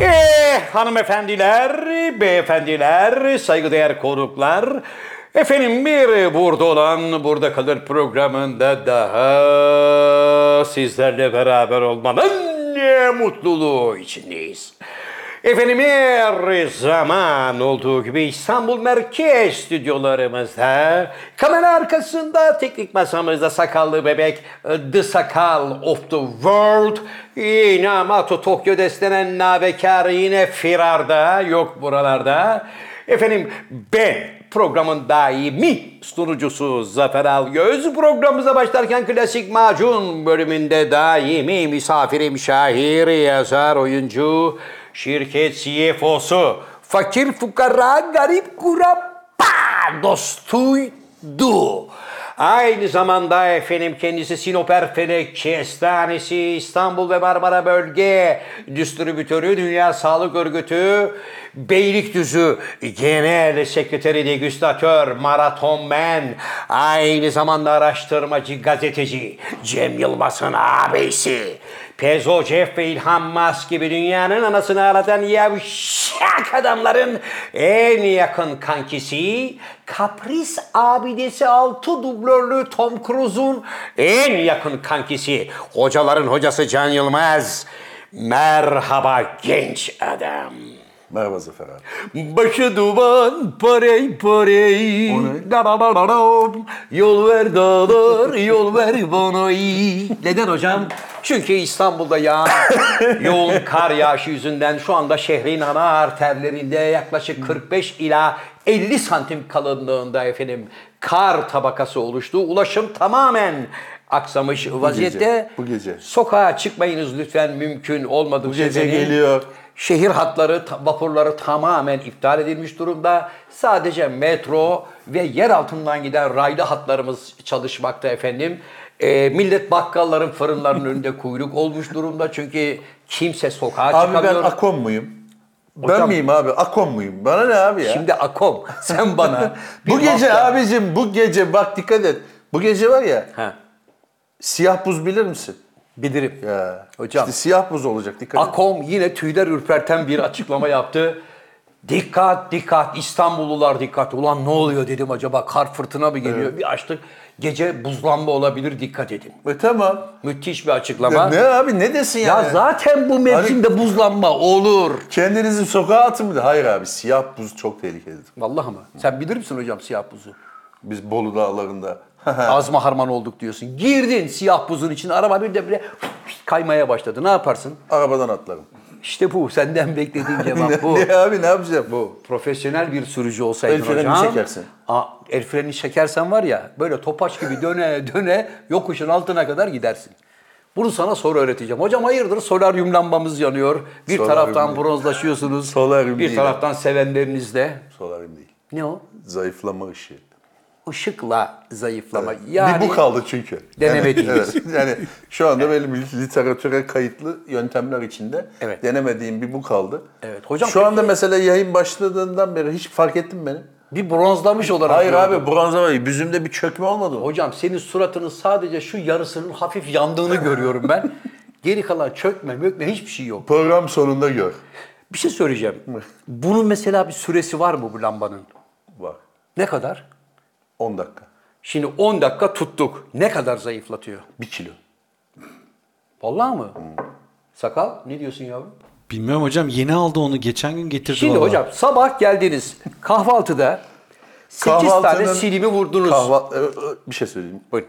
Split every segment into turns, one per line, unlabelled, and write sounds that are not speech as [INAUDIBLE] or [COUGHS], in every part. Ve Eh, hanımefendiler, beyefendiler, saygıdeğer konuklar, efendim bir burada olan burada kalır programında daha sizlerle beraber olmanın ne mutluluğu içindeyiz. Efendim her zaman olduğu gibi İstanbul Merkez stüdyolarımızda, kamera arkasında, teknik masamızda sakallı bebek, The Sakal of the World, yine Amato Tokyo destenen nabekar yine firarda, yok buralarda. Efendim ben programın daimi sunucusu Zafer Algöz programımıza başlarken klasik macun bölümünde daimi misafirim şair, yazar, oyuncu, şirket CFO'su, fakir fukara, garip kurabba dostuydu. Aynı zamanda efendim kendisi Sinop Erfelek Kestanesi İstanbul ve Marmara Bölge Distribütörü Dünya Sağlık Örgütü Beylikdüzü Genel Sekreteri Degüstatör Maratonmen aynı zamanda araştırmacı gazeteci Cem Yılmaz'ın abisi Pezo Jeff ve İlhan Musk gibi dünyanın anasını ağlatan yavşak adamların en yakın kankisi, kapris abidesi altı dublörlü Tom Cruise'un en yakın kankisi, hocaların hocası Can Yılmaz. Merhaba genç adam.
Merhaba Zafer abi.
Başı duman parey parey.
O ne?
Da da da da dam. Yol ver
[LAUGHS]
dağlar, yol ver bana iyi. Neden hocam? Çünkü İstanbul'da
[LAUGHS]
yağan yoğun kar yağışı yüzünden şu anda şehrin ana arterlerinde yaklaşık 45 ila 50 santim kalınlığında efendim kar tabakası oluştu. Ulaşım tamamen aksamış vaziyette.
bu gece.
Sokağa çıkmayınız lütfen mümkün olmadıkça.
Bu gece
beni-
geliyor.
Şehir hatları, ta- vapurları tamamen iptal edilmiş durumda. Sadece metro ve yer altından giden raylı hatlarımız çalışmakta efendim. Ee, millet bakkalların,
[LAUGHS]
fırınların önünde kuyruk olmuş durumda. Çünkü kimse sokağa
Abi ben
çıkamıyor.
Akon muyum? ben
Hocam-
miyim abi? Akon muyum? Bana ne abi ya?
Şimdi akom sen
[LAUGHS]
bana. bir
bu gece
hafta-
abicim bu gece bak dikkat et. Bu gece var ya
Ha,
siyah buz bilir misin?
bilirim.
Ya.
Hocam.
İşte siyah buz olacak dikkat et.
Akom yine tüyler ürperten bir açıklama yaptı. Dikkat dikkat İstanbullular dikkat. Ulan ne oluyor dedim acaba kar fırtına mı geliyor? Bir açtık. Gece buzlanma olabilir dikkat edin.
E, tamam.
Müthiş bir
Ya
açıklama.
ne Hani- abi ne desin
Ya
yani?
zaten bu mevsimde buzlanma olur.
Kendinizi sokağa atın mı? Hayır abi siyah buz çok tehlikelidir.
Vallahi mı? Sen bilir misin hocam siyah buzu?
Biz Bolu dağlarında. [LAUGHS]
Azma harman olduk diyorsun. Girdin siyah buzun için araba bir de bile kaymaya başladı. Ne yaparsın?
Arabadan atlarım.
İşte bu. Senden beklediğim cevap bu.
[LAUGHS] Ne abi ne yapacağım?
Bu profesyonel bir sürücü olsaydın
El freni
hocam.
çekersin.
Aa, el freni çekersen var ya böyle topaç gibi döne [LAUGHS] döne yokuşun altına kadar gidersin. Bunu sana sonra öğreteceğim. Hocam hayırdır solaryum lambamız yanıyor. Bir
Solaryum
taraftan
değil.
bronzlaşıyorsunuz.
Solaryum
bir
değil.
taraftan sevenlerinizle.
Solaryum değil.
Ne o?
Zayıflama ışığı.
Işıkla zayıflama.
bir
Yani
bu kaldı çünkü.
Denemediğimiz.
Yani, evet, yani şu anda benim literatüre kayıtlı yöntemler içinde
Evet.
denemediğim bir bu kaldı.
Evet, hocam
Şu anda
peki-
mesela yayın başladığından beri hiç fark ettin mi beni?
bir bronzlamış olarak.
Hayır
gördüm.
abi bronzlama yüzümde bir çökme olmadı mı?
Hocam senin suratının sadece şu yarısının hafif yandığını görüyorum
[LAUGHS]
ben. Geri kalan çökme, mökme hiçbir şey yok.
Program sonunda gör.
Bir şey söyleyeceğim. Bunun mesela bir süresi var mı bu lambanın?
Bak
Ne kadar?
10 dakika.
Şimdi 10 dakika tuttuk. Ne kadar zayıflatıyor?
1 kilo.
Vallahi mı? Sakal ne diyorsun yavrum?
Bilmiyorum hocam yeni aldı onu geçen gün getirdi
Şimdi
baba.
hocam sabah geldiniz kahvaltıda 8 tane
Kahvaltının-
silimi vurdunuz.
Kahva- Ee, e, bir şey söyleyeyim.
Buyurun.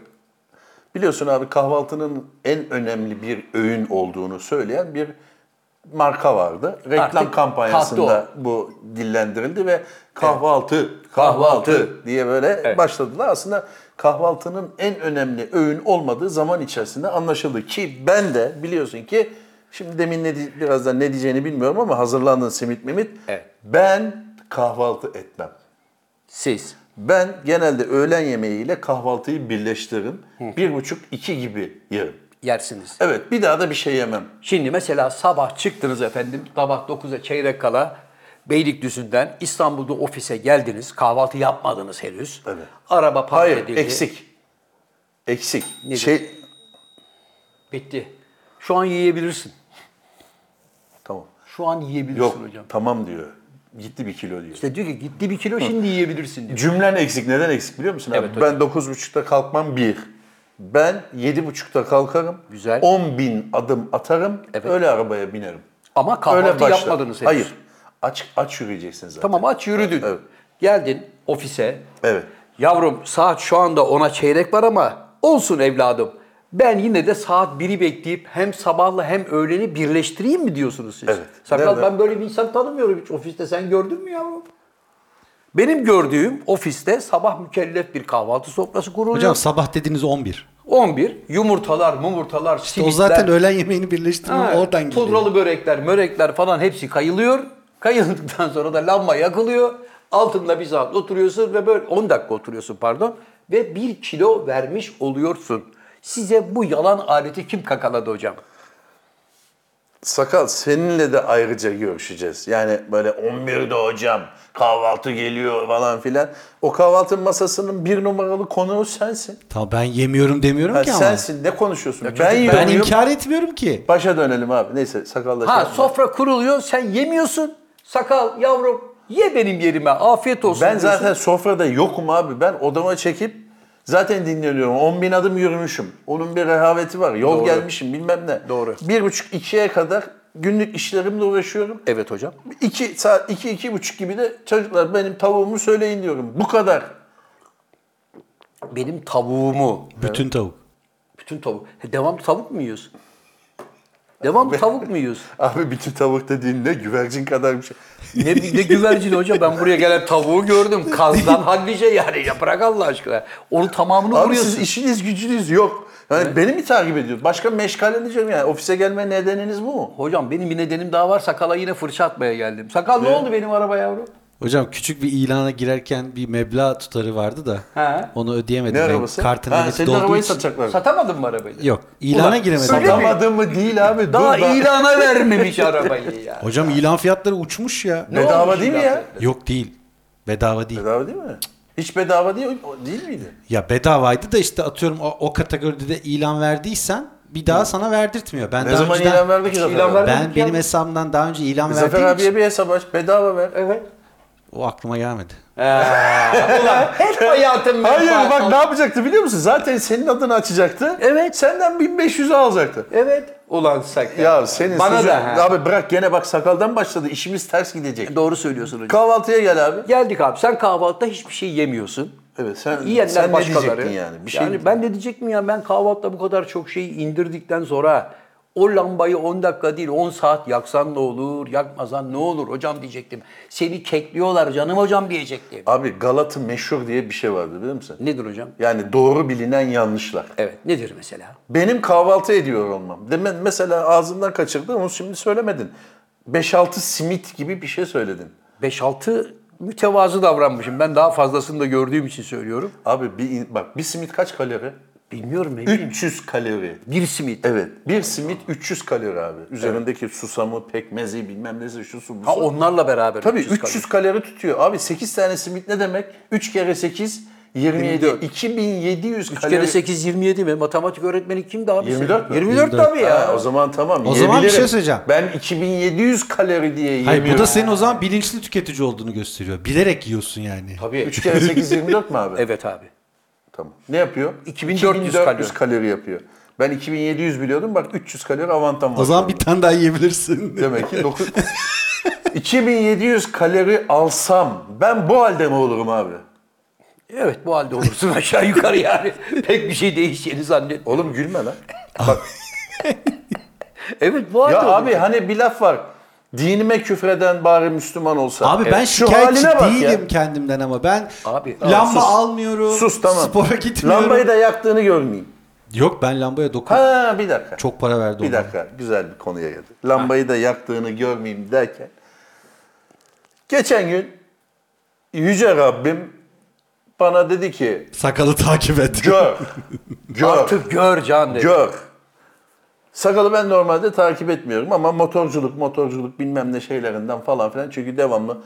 Biliyorsun abi kahvaltının en önemli bir öğün olduğunu söyleyen bir marka vardı. Reklam
Artık
kampanyasında
kalktı
bu dillendirildi ve kahvaltı,
Kahvaltı.
kahvaltı, diye böyle başladılar. Aslında kahvaltının en önemli öğün olmadığı zaman içerisinde anlaşıldı ki ben de biliyorsun ki şimdi demin ne di- birazdan ne diyeceğini bilmiyorum ama hazırlandın simit mimit.
Evet.
Ben kahvaltı etmem.
Siz.
Ben genelde öğlen yemeğiyle kahvaltıyı birleştiririm. Bir buçuk iki gibi yerim.
yersiniz.
Evet bir daha da bir şey yemem.
Şimdi mesela sabah çıktınız efendim, sabah 9'a çeyrek kala Beylikdüzü'nden İstanbul'da ofise geldiniz, kahvaltı yapmadınız henüz.
Evet.
Araba park
Hayır
edildi.
eksik. Eksik.
Nedir?
Şey
Bitti. Şu an yiyebilirsin.
tamam.
Şu an yiyebilirsin
Yok
hocam.
tamam diyor. Gitti bir kilo diyor.
İşte diyor ki gitti bir kilo şimdi yiyebilirsin diyor.
Cümlen eksik. Neden eksik biliyor musun?
Evet
abi?
hocam.
Ben 9.30'da kalkmam bir. Ben 7.30'da kalkarım.
Güzel.
10 bin adım atarım.
Evet.
Öyle arabaya binerim.
Ama
öyle
kahvaltı
başla.
yapmadınız henüz.
Hayır. Aç aç yürüyeceksin zaten.
Tamam aç yürüdün.
Evet.
Geldin ofise.
Evet.
Yavrum saat şu anda ona çeyrek var ama olsun evladım. Ben yine de saat 1'i bekleyip hem sabahla hem öğleni birleştireyim mi diyorsunuz siz?
Evet.
Sakal
Nerede?
ben böyle bir insan tanımıyorum hiç ofiste. Sen gördün mü yavrum? Benim gördüğüm ofiste sabah mükellef bir kahvaltı sofrası kuruluyor.
Hocam sabah dediğiniz 11.
11 yumurtalar, mumurtalar,
O
simitler.
zaten öğlen yemeğini birleştirme
Ha,
oradan geliyor.
Pudralı börekler, börekler falan hepsi kayılıyor. Kayıldıktan [LAUGHS] sonra da lamba yakılıyor. Altında bir saat oturuyorsun ve böyle 10 dakika oturuyorsun pardon ve 1 kilo vermiş oluyorsun. Size bu yalan aleti kim kakaladı hocam?
Sakal seninle de ayrıca görüşeceğiz. Yani böyle 11'de hocam kahvaltı geliyor falan filan. O kahvaltı masasının bir numaralı konuğu sensin.
Tamam ben yemiyorum demiyorum
Ha,
ki ama.
sensin ne konuşuyorsun? ben yiyorum.
Ben inkar etmiyorum ki.
Başa dönelim abi. Neyse sakalla şey
Ha
yapma.
sofra kuruluyor sen yemiyorsun. Sakal yavrum ye benim yerime afiyet olsun.
Ben
diyorsun.
zaten sofrada yokum abi. Ben odama çekip zaten dinleniyorum. 10 bin adım yürümüşüm. Onun bir rehaveti var. Yol
Doğru.
gelmişim bilmem ne.
Doğru.
Bir buçuk ikiye kadar günlük işlerimle uğraşıyorum.
Evet hocam.
İki saat, iki, iki buçuk gibi de çocuklar benim tavuğumu söyleyin diyorum. Bu kadar.
Benim tavuğumu,
Bütün tavuk.
bütün tavuk. He, Devam tavuk mu yiyoruz? Devam tavuk mu yiyoruz?
Abi bütün tavuk dediğin ne? Güvercin kadar bir şey.
Ne, ne güvercin hoca ben buraya gelen tavuğu gördüm. Kazdan hallice yani ya bırak Allah aşkına. Onun tamamını
Abi
vuruyorsun.
siz işiniz gücünüz yok. Yani beni mi takip ediyorsunuz? Başka meşgale diyeceğim yani. Ofise gelme nedeniniz bu mu?
Hocam benim bir nedenim daha var sakala yine fırça atmaya geldim. Sakal ne oldu benim araba yavrum?
Hocam küçük bir ilana girerken bir meblağ tutarı vardı da
He.
onu
Ne
ödeyemedim. Ben
arabası?
Kartın
Ha,
limiti
senin
dolduğu
arabayı
için-
satacaklar.
Satamadın mı arabayı?
Yok ilana
Ulan,
giremedim.
öyle mi?
Satamadım mı değil abi.
Daha
Dur ben-
ilana vermemiş arabayı
[LAUGHS]
ya.
Hocam ilan fiyatları uçmuş ya.
Ne
Bedava
olmuş
değil mi
ilan
ya?
fiyatları?
Yok değil. Bedava değil.
Bedava değil mi? Hiç bedava değil, o- değil miydi?
Ya bedavaydı da işte atıyorum o, o kategoride de ilan verdiysen bir daha sana verdirtmiyor. Ben
Ne
daha
zaman
önceden-
ilan verdi ki Zafer
İlan
abi?
verdi.
Ben
vermedik ya?
benim hesabımdan daha önce ilan
Zafer
verdiğim için
abiye bir hesap aç, bedava ver.
Evet.
o aklıma gelmedi.
Ulan hep hayatım
Hayır bak ne
ne?
yapacaktı biliyor musun? Zaten senin adını açacaktı.
Evet.
Senden 1500'ü alacaktı.
Evet. Ulan sakal.
Ya senin
Bana
sözün-
da. ha.
Abi bırak gene bak sakaldan başladı. İşimiz ters gidecek.
Doğru söylüyorsun hocam.
Kahvaltıya gel abi.
Geldik abi. Sen kahvaltıda hiçbir şey yemiyorsun.
Evet sen,
Yiyenler
sen ne
başkaları.
diyecektin yani? Bir şey
yani ben ne diyecektim ya ben kahvaltıda bu kadar çok şeyi indirdikten sonra o lambayı 10 dakika değil 10 saat yaksan ne olur, yakmasan ne olur hocam diyecektim. Seni kekliyorlar canım hocam diyecektim.
Abi Galat'ı meşhur diye bir şey vardı biliyor musun?
Nedir hocam?
Yani doğru bilinen yanlışlar.
Evet nedir mesela?
Benim kahvaltı ediyor olmam. Demen mesela ağzından kaçırdın onu şimdi söylemedin. 5-6 simit gibi bir şey söyledin.
5-6 mütevazı davranmışım. Ben daha fazlasını da gördüğüm için söylüyorum.
Abi bir in- bak bir simit kaç kalori?
Bilmiyorum ne bileyim.
300 kalori.
Bir simit.
Evet. Bir simit 300 kalori abi. Üzerindeki susamı, pekmezi bilmem nesi şu su bu su.
Ha onlarla beraber.
Tabii
300
300,
kalori.
kalori tutuyor. Abi 8 tane simit ne demek? 3 kere 8 27.
24.
2700
3
kalori.
kere 8 27 mi? Matematik öğretmeni kimdi abi? senin?
24 mü?
24, tabii ya.
Ha, o zaman tamam.
O zaman bir
yiyebilirim.
şey söyleyeceğim.
Ben 2700 kalori diye yemiyorum.
Hayır bu da senin o zaman bilinçli tüketici olduğunu gösteriyor. Bilerek yiyorsun yani.
Tabii.
3 kere 8 24 mi [LAUGHS] abi?
Evet abi.
Tamam. Ne yapıyor?
2400
2400 kalori yapıyor. Ben 2700 biliyordum. Bak 300 kalori avantam var.
O
şu
zaman bir
anda.
tane daha yiyebilirsin.
Demek ki [LAUGHS] 9... 2700 kalori alsam ben bu halde mi olurum abi?
Evet bu halde olursun [LAUGHS] aşağı yukarı yani. Pek bir şey değişeceğini zannet.
Oğlum gülme lan.
Evet bu halde
Ya
olursun.
abi hani bir laf var. Dinime küfreden bari Müslüman olsa.
Abi ben
Evet. Şu
şikayetçi
haline bak ya.
değilim kendimden ama ben
Abi, tamam,
lamba
sus.
almıyorum.
Sus tamam.
Spora gitmiyorum.
Lambayı da yaktığını görmeyeyim.
Yok ben lambaya dokun.
Ha bir dakika.
Çok para verdi
bir
ona.
dakika. Güzel bir konuya geldi. Lambayı da yaktığını görmeyeyim derken. Geçen gün Yüce Rabbim bana dedi ki
Sakalı takip et. [LAUGHS]
gör, gör,
Artık gör can dedi.
gör. Sakalı ben normalde takip etmiyorum ama motorculuk, motorculuk bilmem ne şeylerinden falan filan. Çünkü devamlı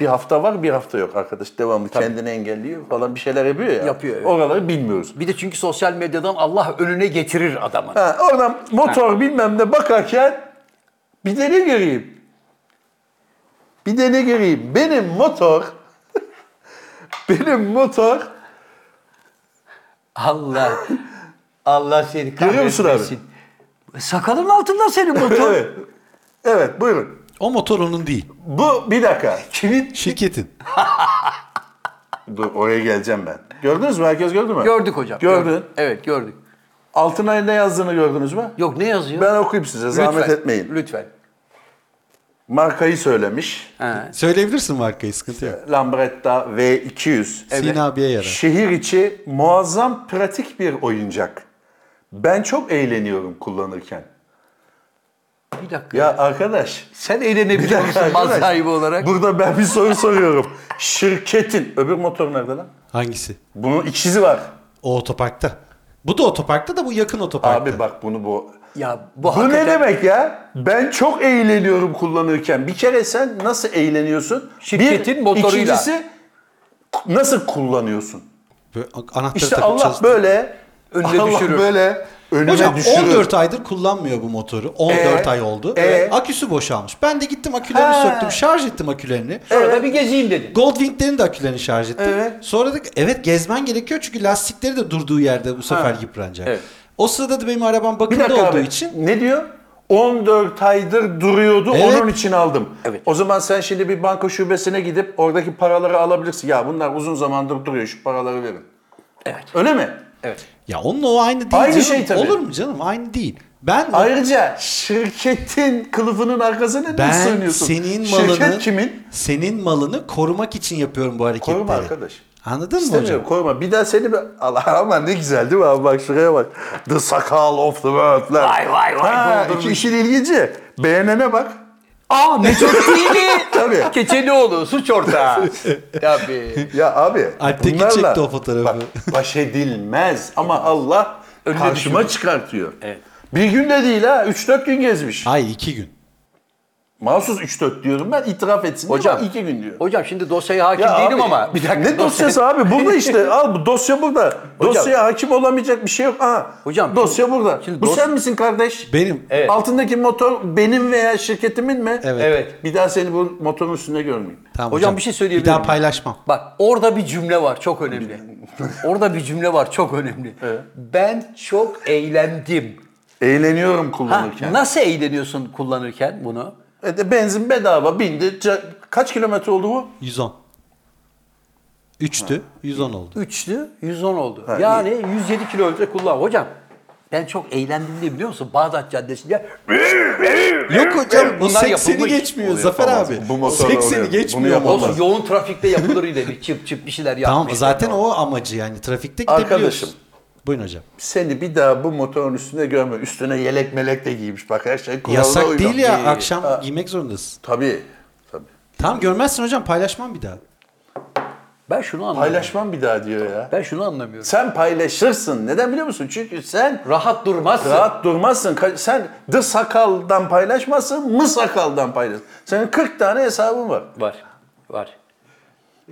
bir hafta var bir hafta yok arkadaş. Devamlı kendini engelliyor falan bir şeyler yapıyor ya.
Yapıyor, evet.
Oraları bilmiyoruz.
Bir de çünkü sosyal medyadan Allah önüne getirir adamı.
Ha, oradan motor bilmem ne bakarken bir deli göreyim. Bir de ne göreyim? Benim motor [LAUGHS] benim motor
[LAUGHS] Allah. Allah seni kahretmesin.
Görüyor musun abi?
Sakalın altında senin
[LAUGHS]
motor.
evet. Evet buyurun.
O motor onun değil.
Bu bir dakika. Kimin?
Şirketin.
Dur oraya geleceğim ben. Gördünüz mü? Herkes gördü mü?
Gördük hocam.
Gördün.
gördük. Evet gördük.
Altına ne yazdığını gördünüz mü?
Yok ne yazıyor?
Ben okuyayım size zahmet etmeyin.
Lütfen.
Markayı söylemiş.
Ha.
Söyleyebilirsin markayı sıkıntı yok.
Lambretta V200.
Sina abiye yarar.
Şehir içi muazzam pratik bir oyuncak. Ben çok eğleniyorum kullanırken.
Bir dakika.
Ya arkadaş.
Sen [LAUGHS] eğlenebiliyor musun mal
arkadaş,
sahibi olarak?
Burada ben bir soru soruyorum. Şirketin, öbür motor nerede lan?
Hangisi?
Bunun ikizi var.
O otoparkta. Bu da otoparkta da bu yakın otoparkta.
Abi bak bunu bu.
Ya bu,
Bu
hakikaten-
ne demek ya? Ben çok eğleniyorum kullanırken. Bir kere sen nasıl eğleniyorsun?
Şirketin
bir,
motoruyla.
İkincisi nasıl kullanıyorsun?
Böyle anahtarı
İşte
takıp
Allah
çalıştı.
böyle
Önüne
Allah
düşürür.
böyle önüne
Hocam
düşürür.
14 aydır kullanmıyor bu motoru. 14
Ee?
ay oldu.
Ee?
Aküsü boşalmış. Ben de gittim akülerini
Ha.
söktüm. Şarj ettim akülerini.
Sonra da bir gezeyim dedin.
Goldwing'lerin de akülerini şarj ettim.
Evet.
Sonra da evet gezmen gerekiyor çünkü lastikleri de durduğu yerde bu sefer yıpranacak.
Evet.
O sırada da benim arabam
Bir
bakımda
dakika
olduğu
abi.
için
Ne diyor? 14 aydır duruyordu
Evet.
onun için aldım.
Evet.
O zaman sen şimdi bir banka şubesine gidip oradaki paraları alabilirsin. Ya bunlar uzun zamandır duruyor şu paraları verin.
Evet.
Öyle mi?
Evet.
ya onunla o aynı değil.
Aynı
canım.
şey tabii.
Olur mu canım? Aynı değil. Ben
Ayrıca şirketin kılıfının arkasına ne
ben
sığınıyorsun?
senin malını
Şirket kimin?
Senin malını korumak için yapıyorum bu hareketleri.
Koruma arkadaş.
Anladın mı hocam?
İstemiyorum koruma. Bir daha seni bir... Allah aman ne güzel değil mi abi? Bak şuraya bak. The sakal of the world. lan.
Vay, vay, vay,
Ha,
buldum.
iki işin ilginci. Beğenene
[LAUGHS]
bak.
Aa [LAUGHS] Mesut Dili.
Tabii.
Keçelioğlu suç [LAUGHS] ortağı. Tabii.
Ya abi
Alptekin
bunlarla
çekti o fotoğrafı.
Bak, baş edilmez ama Allah
Önüne
karşıma
düşürür.
çıkartıyor.
Evet.
Bir gün de değil ha 3-4 gün gezmiş.
Ay iki gün.
Mahsus 3-4 diyorum ben itiraf etsin
Hocam.
Hocam 2 gün diyor.
Hocam şimdi dosyaya hakim değilim
abi,
ama. Bir dakika. [LAUGHS]
Ne dosyası abi? Burada işte. Al bu dosya burada. Dosyaya hakim olamayacak bir şey yok. Ha.
Hocam,
dosya burada.
şimdi
bu
dos-
sen misin kardeş?
Benim.
Evet.
Altındaki motor benim veya şirketimin mi?
Evet.
Evet.
Bir daha seni bu motorun üstünde görmeyeyim.
Tamam
Hocam, bir şey söyleyebilir
Bir daha
miyim?
paylaşmam.
Bak orada bir cümle var çok önemli. orada bir cümle var çok önemli. Ben çok eğlendim.
Eğleniyorum
Ha,
kullanırken.
nasıl eğleniyorsun kullanırken bunu?
E de benzin bedava bindi. Ca- Kaç kilometre oldu bu?
110. 3'tü. 110 oldu.
Üçlü 110 oldu.
Ha,
yani 107 kilometre kullan. Hocam ben çok eğlendim diye biliyor musun? Bağdat Caddesi'nde
Yok hocam
E,
o
Bunlar
80'i
yapılmış.
geçmiyor
Oluyor,
Zafer
tamam.
abi.
Bu motor
80'i
oluyor.
geçmiyor.
Bunu
ama.
yapamaz.
olsun yoğun trafikte yapılır ileri. Çıp çıp bir şeyler yapmış.
Tamam zaten o amacı yani trafikte gidebiliyorsun.
Arkadaşım.
Buyurun hocam.
Seni bir daha bu motorun üstünde görme. Üstüne yelek melek de giymiş. Bak her şey kuralına
Yasak
uygun.
değil ya
Ee,
akşam
ha,
giymek zorundasın.
Tabii. tabii.
Tamam görmezsin hocam
[LAUGHS]
paylaşmam bir daha.
Ben şunu anlamıyorum.
Paylaşmam bir daha diyor ya.
Ben şunu anlamıyorum.
Sen paylaşırsın. Neden biliyor musun? Çünkü sen
Rahat durmazsın.
rahat durmazsın. Ka- Sen the sakaldan paylaşmazsın, mı sakaldan paylaşırsın. Senin 40 tane hesabın var.
Var. Var.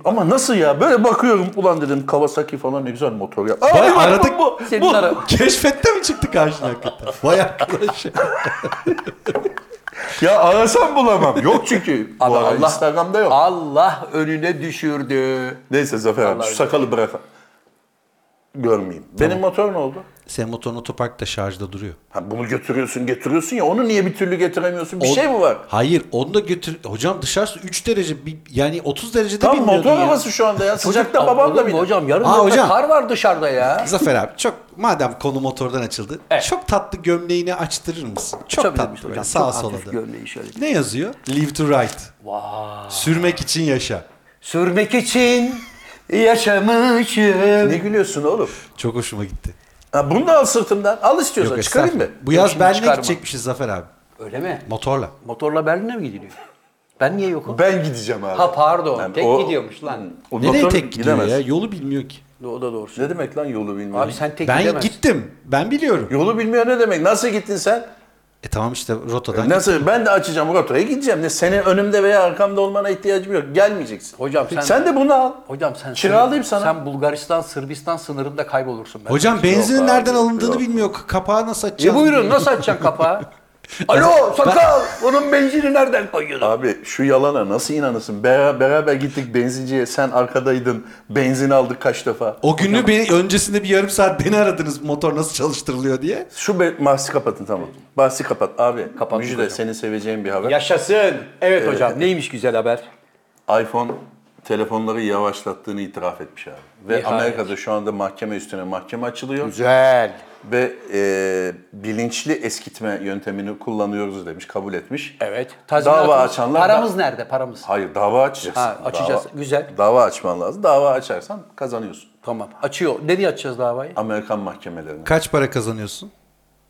Ama nasıl ya? Böyle bakıyorum. Ulan dedim Kawasaki falan ne güzel motor ya. Aa,
Vay,
bir baktım
aradık-
bu,
Senin
bu.
ara-
Keşfette mi çıktı karşına hakikaten? Vay arkadaş.
Ya arasam bulamam. Yok çünkü. bu
Abi
ara Instagram'da yok.
Allah önüne düşürdü.
Neyse Zafer abi şu
öyle.
sakalı bırak. Görmeyeyim. Benim motor ne oldu?
Senin motorun otoparkta şarjda duruyor.
Ha, bunu götürüyorsun getiriyorsun ya onu niye bir türlü getiremiyorsun? Bir şey mi var?
Hayır onu da götür. Hocam dışarısı 3 derece bir- yani 30 derecede
Tam
bilmiyordun
motor
ya.
havası şu anda ya. Sıcakta
Aa,
babam
olur
da
mu
bir.
Hocam yarın
Aa,
yılda
hocam.
kar var dışarıda ya.
Zafer abi çok madem konu motordan açıldı.
Evet.
Çok tatlı gömleğini açtırır mısın? Çok
Çok
tatlı.
tatlı
böyle,
hocam.
Sağa
Çok
sola
hafif
da.
gömleği şöyle.
Ne yazıyor? Live to right.
Vay.
Sürmek için yaşa.
Sürmek için yaşamışım.
Ne gülüyorsun oğlum?
Çok hoşuma gitti.
Ha, bunu da al sırtımdan. Al istiyorsan çıkarayım mı?
Bu yaz
şimdi
Berlin'e
çıkarma.
gidecekmişiz Zafer abi.
Öyle mi?
Motorla.
Motorla Berlin'e mi gidiliyor? Ben niye yokum?
Ben gideceğim abi.
Ha pardon.
Yani
tek
o-
gidiyormuş lan.
O
Nereye
motor
tek gidiyor
gidemez.
ya? Yolu bilmiyor ki.
O da doğrusu.
Ne demek lan yolu bilmiyor?
Abi sen tek
ben
gidemezsin.
gittim. Ben biliyorum.
Yolu bilmiyor ne demek? Nasıl gittin sen?
E tamam işte rotadan.
Nasıl? Ben de açacağım rotaya gideceğim. Ne senin önümde veya arkamda olmana ihtiyacım yok. Gelmeyeceksin.
Hocam sen-
sen de bunu al.
Hocam sen
Kiralayayım sana.
Sen Bulgaristan Sırbistan sınırında kaybolursun ben.
Hocam benzinin
abi,
nereden alındığını
yok.
bilmiyor. Kapağı nasıl açacağını
E buyurun
bilmiyor. [LAUGHS]
nasıl açacaksın kapağı? Alo sakal bunun benzini nereden koyuyordun?
Abi şu yalana nasıl inanırsın? Bera- beraber gittik benzinciye sen arkadaydın. Benzin aldık kaç defa.
O günü beni öncesinde bir yarım saat beni aradınız motor nasıl çalıştırılıyor diye.
Şu be- bahsi kapatın tamam. Bahsi kapat abi.
Kapattık
Müjde
hocam.
seni seveceğim bir haber.
Yaşasın.
Ee,
Evet hocam neymiş güzel haber?
iPhone telefonları yavaşlattığını itiraf etmiş abi. Ve
Nihayet.
Amerika'da şu anda mahkeme üstüne mahkeme açılıyor.
Güzel.
Ve e, bilinçli eskitme yöntemini kullanıyoruz demiş, kabul etmiş.
Evet.
Dava açanlar...
Paramız nerede paramız?
Hayır dava açacaksın.
Ha, açacağız.
Dava-
Güzel.
Dava açman lazım. Dava açarsan kazanıyorsun.
Tamam. Açıyor. Nereye açacağız davayı?
Amerikan mahkemelerine.
Kaç para kazanıyorsun?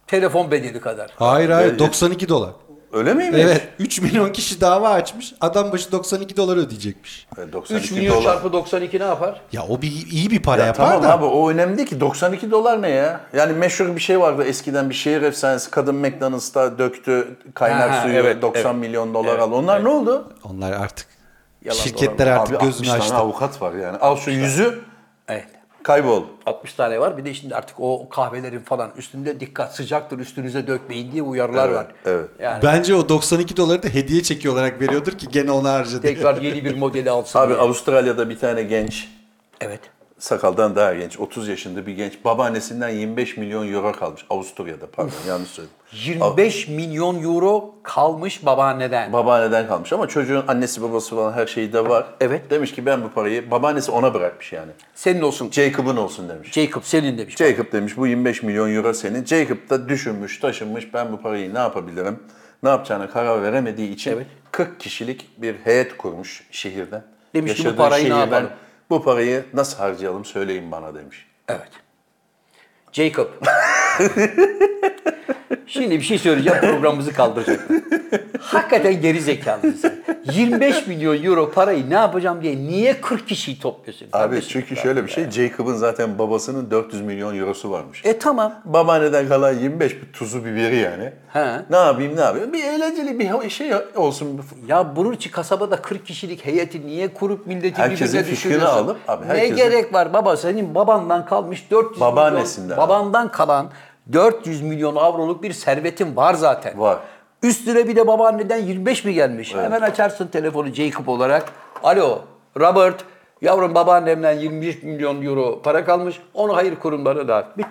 Telefon bedeli kadar.
Hayır hayır 92 dolar.
Öyle miymiş?
Evet 3 milyon kişi dava açmış adam başı 92 dolar ödeyecekmiş.
E,
3
92
milyon
dolar.
çarpı 92 ne yapar?
Ya o bir iyi bir para
Ya
yapar
tamam
da.
abi o önemli değil ki 92 dolar ne ya? Yani meşhur bir şey vardı eskiden bir şehir efsanesi kadın McDonald's'ta döktü kaynar
Ha,
suyu
evet,
90
evet.
milyon dolar al. Onlar ne oldu?
Onlar artık
Yalan
şirketler artık
abi
gözünü
60
açtı.
tane avukat var yani. Al şu yüzü
Evet.
kaybol.
60 tane var. Bir de şimdi artık o kahvelerin falan üstünde dikkat sıcaktır üstünüze dökmeyin diye uyarılar
Evet,
var.
evet.
Yani
Bence o 92 doları da hediye çeki olarak veriyordur ki gene ona harcadı.
tekrar yeni bir modeli alsın
Abi
diye.
Avustralya'da bir tane genç
Evet.
sakaldan daha genç 30 yaşında bir genç babaannesinden 25 milyon euro kalmış Avusturya'da pardon yanlış söyledim.
25 milyon euro kalmış babaanneden.
Babaanneden kalmış ama çocuğun annesi babası falan her şeyi de var.
Evet.
Demiş ki ben bu parayı babaannesi ona bırakmış yani.
Senin olsun.
Jacob'un olsun demiş.
Jacob senin şey. demiş.
Jacob demiş bu 25 milyon euro senin. Jacob da düşünmüş, taşınmış ben bu parayı ne yapabilirim? Ne yapacağına karar veremediği için
Evet.
40 kişilik bir heyet kurmuş şehirden.
Demiş ki, bu
Yaşadığı
parayı ne yapalım?
Bu parayı nasıl harcayalım söyleyin bana demiş.
Evet. Jacob. [LAUGHS] Şimdi bir şey söyleyeceğim programımızı kaldıracak. Hakikaten geri zekalısın sen. 25 milyon euro parayı ne yapacağım diye niye 40 kişiyi topluyorsun?
Abi
kardeşim?
çünkü şöyle bir şey Jacob'ın zaten babasının 400 milyon eurosu varmış.
E tamam.
Babaanneden kalan 25 bir tuzu biberi yani.
He.
Ne yapayım ne yapayım? Bir eğlenceli bir şey olsun.
Ya bunun için kasabada 40 kişilik heyeti niye kurup milleti
Herkesin
birbirine
fikrini
düşürüyorsun?
alıp, abi herkesin-
Ne gerek var baba senin babandan kalmış 400 milyon-
Babaannesinden.
babandan kalan 400 milyon avroluk bir servetin var zaten.
Var.
Üstüne bir de babaanneden 25 mi gelmiş? Hemen açarsın telefonu Jacob olarak. Alo Robert yavrum babaannemden 25 milyon euro para kalmış. Onu hayır kurumlarına da bit.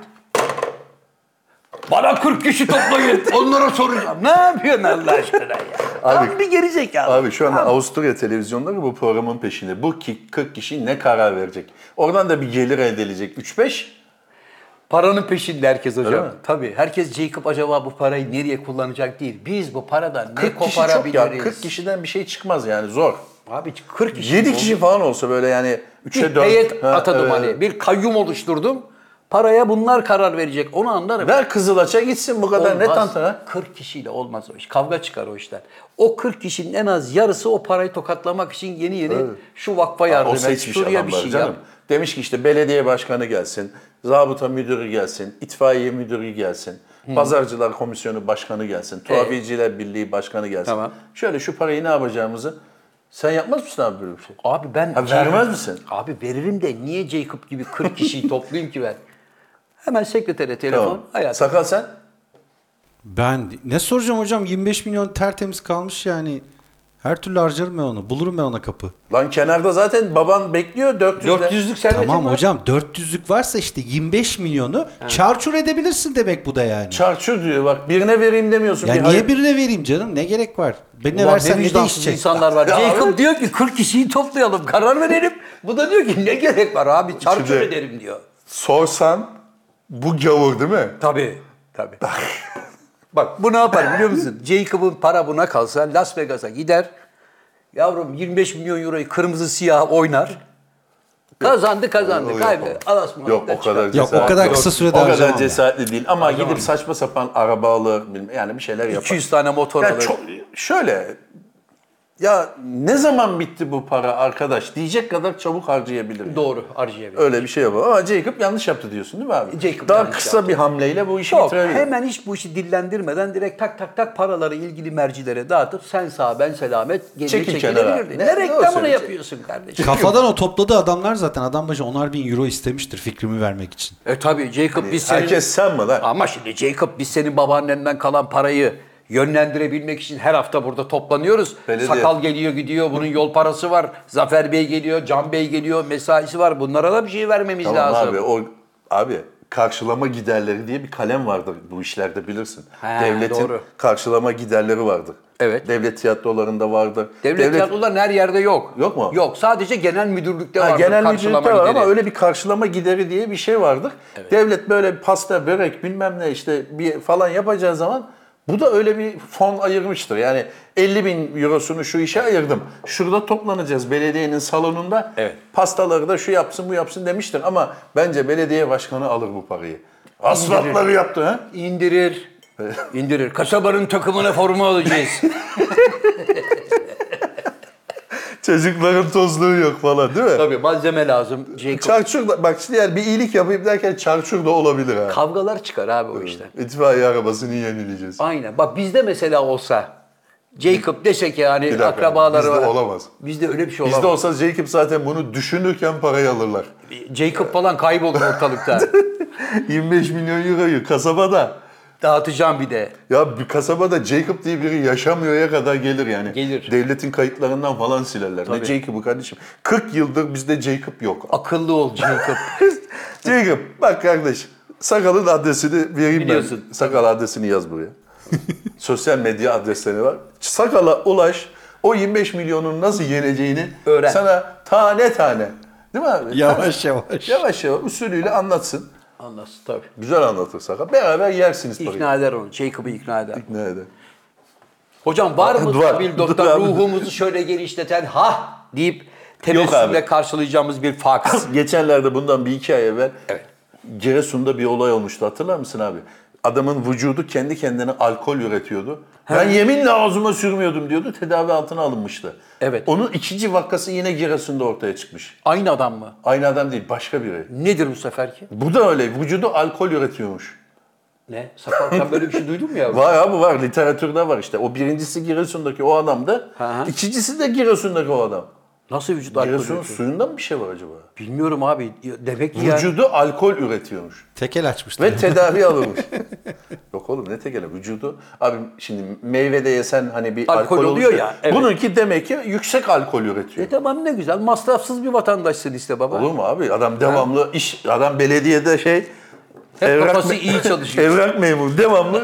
Bana 40 kişi
[LAUGHS]
toplayın. Onlara soracağım. Ne yapıyorsun Allah aşkına ya? Abi, Tam bir gerizekalı.
Abi şu anda Avusturya televizyonları bu programın peşinde. Bu ki- 40 kişi ne karar verecek? Oradan da bir gelir elde edilecek. 3-5
Paranın peşinde herkes
Öyle
hocam.
mi?
Tabii. Herkes Jacob acaba bu parayı nereye kullanacak değil. Biz bu paradan ne
40 kişi çok
koparabiliriz?
ya. 40 kişiden bir şey çıkmaz yani zor.
Abi 40 kişi.
7 kişi falan olsa böyle yani
Bir
3'e 4.
heyet atadım hani. Bir kayyum oluşturdum. Paraya bunlar karar verecek. Onu anlarım.
Ver Kızılaç'a gitsin bu kadar ne
Olmaz.
tantana?
40 kişiyle olmaz o iş. Kavga çıkar o işten. O 40 kişinin en az yarısı o parayı tokatlamak için yeni yeni şu vakfa yardım
O
et.
seçmiş
Şuraya bir
adamları
şey
canım.
yap.
Demiş ki işte belediye başkanı gelsin, zabıta müdürü gelsin, itfaiye müdürü gelsin, pazarcılar komisyonu başkanı gelsin, tuhafiyeciler birliği başkanı gelsin.
Tamam.
Şöyle şu parayı ne yapacağımızı sen yapmaz mısın abi böyle bir şey?
Abi ben...
Ha, vermez misin?
Abi veririm de niye Jacob gibi 40 kişiyi [LAUGHS] toplayayım ki ben? Hemen sekretere telefon.
Tamam.
Hayatım.
Sakal sen?
Ben ne soracağım hocam 25 milyon tertemiz kalmış yani. Her türlü harcarım ben onu. Bulurum ben ona kapı.
Lan kenarda zaten baban bekliyor 400 'de.
400'lük servetin
Tamam
var.
hocam 400'lük varsa işte 25 milyonu çarçur edebilirsin demek bu da yani.
Çarçur diyor bak birine vereyim demiyorsun.
ya
bir
niye
hayır-
birine vereyim canım? Ne gerek var? Birine
Ulan
versen
ne
ne
vicdansız
değişecek? [LAUGHS]
insanlar var.
Ya
Jacob
evet.
diyor ki 40 kişiyi toplayalım, karar verelim. Bu da diyor ki ne gerek var abi, çarçur
Şimdi-
ederim diyor.
Sorsan bu gavur değil mi?
Tabii, tabii. Bak bu ne yapar biliyor
[LAUGHS]
musun? Jacob'un para buna kalsa Las Vegas'a gider. Yavrum 25 milyon euroyu kırmızı siyah oynar. Kazandı
o
kazandı
yapamaz.
kaybetti. Alas mı?
Yok o kadar
Yok, o
cesaretli
kadar
değil.
kısa sürede
O kadar
harcamam ya.
cesaretli değil ama gidip saçma sapan araba alır bilmem yani bir şeyler yapar.
200 tane motor
Ya
alır.
çok, şöyle ya ne zaman bitti bu para arkadaş diyecek kadar çabuk harcayabilir. yani.
Doğru harcayabilir.
Öyle bir şey yapar. Ama Jacob yanlış yaptı diyorsun değil mi abi?
Jacob
Daha
yanlış
kısa bir hamleyle bu işi
Yok
bitirebilir.
hemen hiç bu işi dillendirmeden direkt tak tak tak paraları ilgili mercilere dağıtıp sen sağ ben selamet geri
Çekil kenara.
çekilebilirdi.
Ne-
Ne,
ne olsun?
reklamını yapıyorsun kardeşim?
Kafadan o topladığı adamlar zaten adam başı onar bin euro istemiştir fikrimi vermek için.
E tabii Jacob biz senin...
Herkes sen mi lan?
Ama şimdi Jacob biz senin babaannenden kalan parayı yönlendirebilmek için her hafta burada toplanıyoruz.
Belediye.
Sakal geliyor gidiyor, bunun yol parası var. Zafer Bey geliyor, Can Bey geliyor, mesaisi var. Bunlara da bir şey vermemiz
Tamam
lazım.
abi o abi karşılama giderleri diye bir kalem vardır bu işlerde bilirsin.
He,
Devletin
doğru.
karşılama giderleri vardır.
Evet.
Devlet tiyatrolarında vardır.
Devlet, tiyatroların her yerde yok.
Yok mu?
Yok. Sadece genel müdürlükte
Ha,
var.
genel müdürlükte var ama öyle bir karşılama gideri diye bir şey vardır. Devlet böyle bir pasta, börek bilmem ne işte bir falan yapacağı zaman bu da öyle bir fon ayırmıştır. Yani 50 bin eurosunu şu işe ayırdım. Şurada toplanacağız belediyenin salonunda.
Evet.
Pastaları da şu yapsın bu yapsın demiştir. Ama bence belediye başkanı alır bu parayı. Asfaltları yaptı ha?
indirir. indirir. Kasabanın takımına forma alacağız.
Çocukların tozluğu yok falan değil
[LAUGHS]
mi?
Tabii malzeme lazım. Jacob.
Çarçur da, bak şimdi yani bir iyilik yapayım derken çarçur da olabilir ha.
Kavgalar çıkar abi o işten.
İtfaiye arabasını yenileyeceğiz.
Aynen. Bak bizde mesela olsa Jacob dese ki yani
dakika,
akrabaları
bizde
var.
olamaz.
Bizde öyle bir şey olamaz.
Bizde olsa Jacob zaten bunu düşünürken parayı alırlar. [LAUGHS]
Jacob falan kayboldu [LAUGHS] ortalıkta.
25 milyon euroyu kasabada.
Dağıtacağım bir de.
Ya bir kasabada Jacob diye biri yaşamıyor'ya kadar gelir yani.
Gelir.
Devletin kayıtlarından falan silerler. Ne Jacob'u kardeşim? 40 yıldır bizde Jacob yok.
Akıllı ol Jacob.
[LAUGHS] Jacob bak kardeş sakalın adresini vereyim
Biliyorsun.
ben. Sakal adresini yaz buraya. [LAUGHS] Sosyal medya adresleri var. Sakala ulaş. O 25 milyonun nasıl yeneceğini
Öğren.
sana tane tane. Değil mi abi?
Yavaş yavaş.
Yavaş yavaş usulüyle anlatsın.
Anlasın tabii.
Güzel anlatır Sakal. Beraber yersiniz parayı.
İkna eder onu. Jacob'u ikna eder.
İkna eder.
Hocam var mı
Var.
stabil
Var.
doktor ruhumuzu şöyle genişleten ha deyip
Yok abi.
tebessümle karşılayacağımız bir [LAUGHS] faks.
[LAUGHS] Geçenlerde bundan bir iki ay evvel Giresun'da bir olay olmuştu hatırlar mısın abi? Adamın vücudu kendi kendine alkol üretiyordu. Ben yeminle ağzıma sürmüyordum diyordu. Tedavi altına alınmıştı.
Evet.
Onun ikinci vakası yine Giresun'da ortaya çıkmış.
Aynı adam mı?
Aynı adam değil başka biri.
Nedir bu seferki?
Bu da öyle. Vücudu alkol üretiyormuş.
Ne? Sakal sen böyle bir şey duydun mu ya?
[LAUGHS] Var abi var. Literatürde var işte. O birincisi Giresun'daki o adamdı.
Hı hı.
İkincisi de Giresun'daki o adam.
Nasıl vücut alkolü?
Giresun'un suyunda mı bir şey var acaba?
Bilmiyorum abi. Demek ki ya.
Vücudu alkol üretiyormuş.
Tekel açmıştı.
Ve tedavi alınmış. [LAUGHS] Yok oğlum ne tekele vücudu. Abi şimdi meyvede yesen hani bir alkol,
Alkol oluyor
oluşuyor.
ya, evet.
Bununki demek ki yüksek alkol üretiyor.
E tamam ne güzel. Masrafsız bir vatandaşsın işte baba.
Olur mu abi? Adam devamlı iş, adam belediyede şey
Hep kafası iyi çalışıyor.
[LAUGHS] evrak memuru devamlı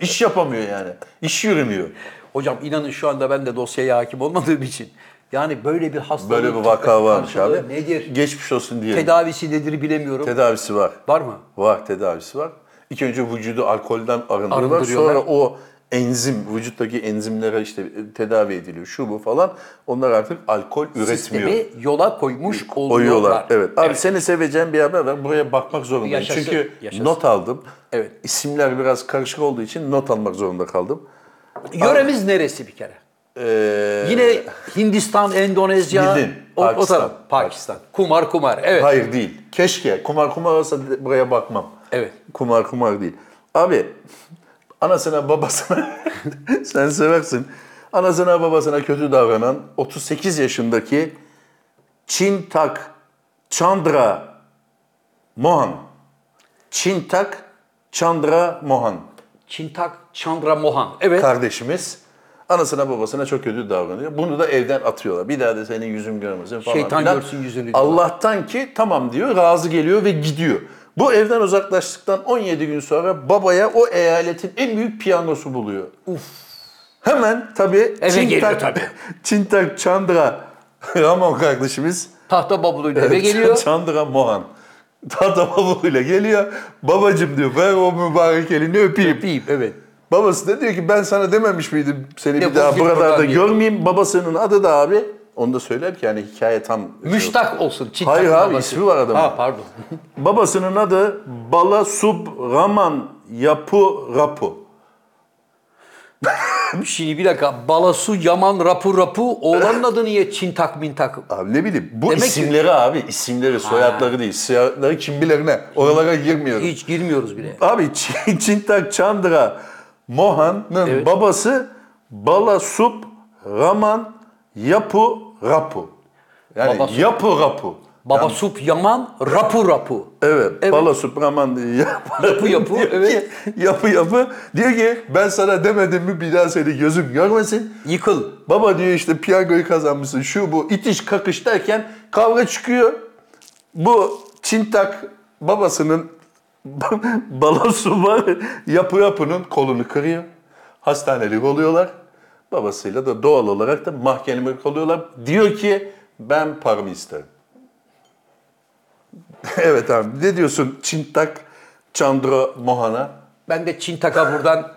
iş yapamıyor yani. İş yürümüyor.
Hocam inanın şu anda ben de dosyaya hakim olmadığım için. Yani böyle bir hastalık.
Böyle bir vaka varmış abi.
Nedir?
Geçmiş olsun diyelim.
Tedavisi nedir bilemiyorum.
Tedavisi var.
Var mı?
Var tedavisi var. İlk önce vücudu alkolden arındırıyorlar.
Arındırıyorlar.
Sonra o enzim, vücuttaki enzimlere işte e, tedavi ediliyor. Şu bu falan. Onlar artık alkol üretmiyor.
Sistemi yola koymuş
Oyuyorlar.
oluyorlar.
Evet. Abi seni seveceğim bir haber var. Buraya bakmak zorundayım.
Yaşasın,
Çünkü
yaşasın.
not aldım.
Evet.
İsimler biraz karışık olduğu için not almak zorunda kaldım.
Yöremiz neresi bir kere?
Ee,
Yine Hindistan, Endonezya,
Bildin.
o, o
Pakistan.
taraf. Pakistan. Kumar kumar. Evet.
Hayır değil. Keşke. Kumar kumar olsa de- buraya bakmam.
Evet.
Kumar kumar değil. Abi anasına babasına [LAUGHS] sen seversin. Anasına babasına kötü davranan 38 yaşındaki Çintak Chandra Mohan. Çintak Chandra Mohan
Çintak Chandra Mohan. Evet.
kardeşimiz anasına babasına çok kötü davranıyor. Bunu da evden atıyorlar. Bir daha da senin yüzün görmesin falan.
Şeytan
filan.
görsün yüzünü diyorlar.
Allah'tan ki tamam diyor, razı geliyor ve gidiyor. Bu evden uzaklaştıktan 17 gün sonra babaya o eyaletin en büyük piyangosu buluyor. Uf. Hemen tabii
Eve geliyor
Çintak, [LAUGHS]
tabii.
Çintak Chandra [LAUGHS] Ramon kardeşimiz
Tahta babluyla eve
[LAUGHS]
geliyor.
Chandra Mohan. Tata babamıyla geliyor. Babacım diyor ver o mübarek elini öpeyim.
Öpeyim, evet.
Babası da diyor ki ben sana dememiş miydim seni
Defol
bir daha
git buradan
buralarda
diyor.
görmeyeyim. Babasının adı da abi. Onu da söyler ki yani hikaye tam... şey
Müştak olsun. Çintak
Hayır abi
babası.
ismi var adamın.
Ha pardon.
Babasının adı Bala Sub Raman Yapu Rapu.
Şimdi bir dakika. Balasu, Yaman, Rapu Rapu. Oğlanın adı niye Çintak Mintak?
Abi ne bileyim bu
Demek ki-
isimleri abi isimleri soyadları değil. Soyadları kim bilir ne. Oralara girmiyorum.
Hiç girmiyoruz bile.
Abi Ç- [LAUGHS] Çintak Chandra Mohan'ın babası Balasup Raman Yapu Rapu. Yani
Babası-
Yapu Rapu.
Baba Sup Yaman rapu rapu.
Evet,
Evet.
Bala Supraman [LAUGHS] yapı
Yapı yapı,
diyor ki, [LAUGHS]
evet.
yapı yapı diyor ki ben sana demedim mi bir daha seni gözüm görmesin.
Yıkıl.
Baba diyor işte piyangoyu kazanmışsın şu bu itiş kakış derken kavga çıkıyor. Bu Çintak babasının [LAUGHS] balasuma yapı yapının kolunu kırıyor. Hastanelik oluyorlar. Babasıyla da doğal olarak da mahkemelik oluyorlar. Diyor ki ben paramı isterim. [LAUGHS] evet abi ne diyorsun Çintak Chandra Mohan'a?
Ben de Çintak'a
[LAUGHS]
buradan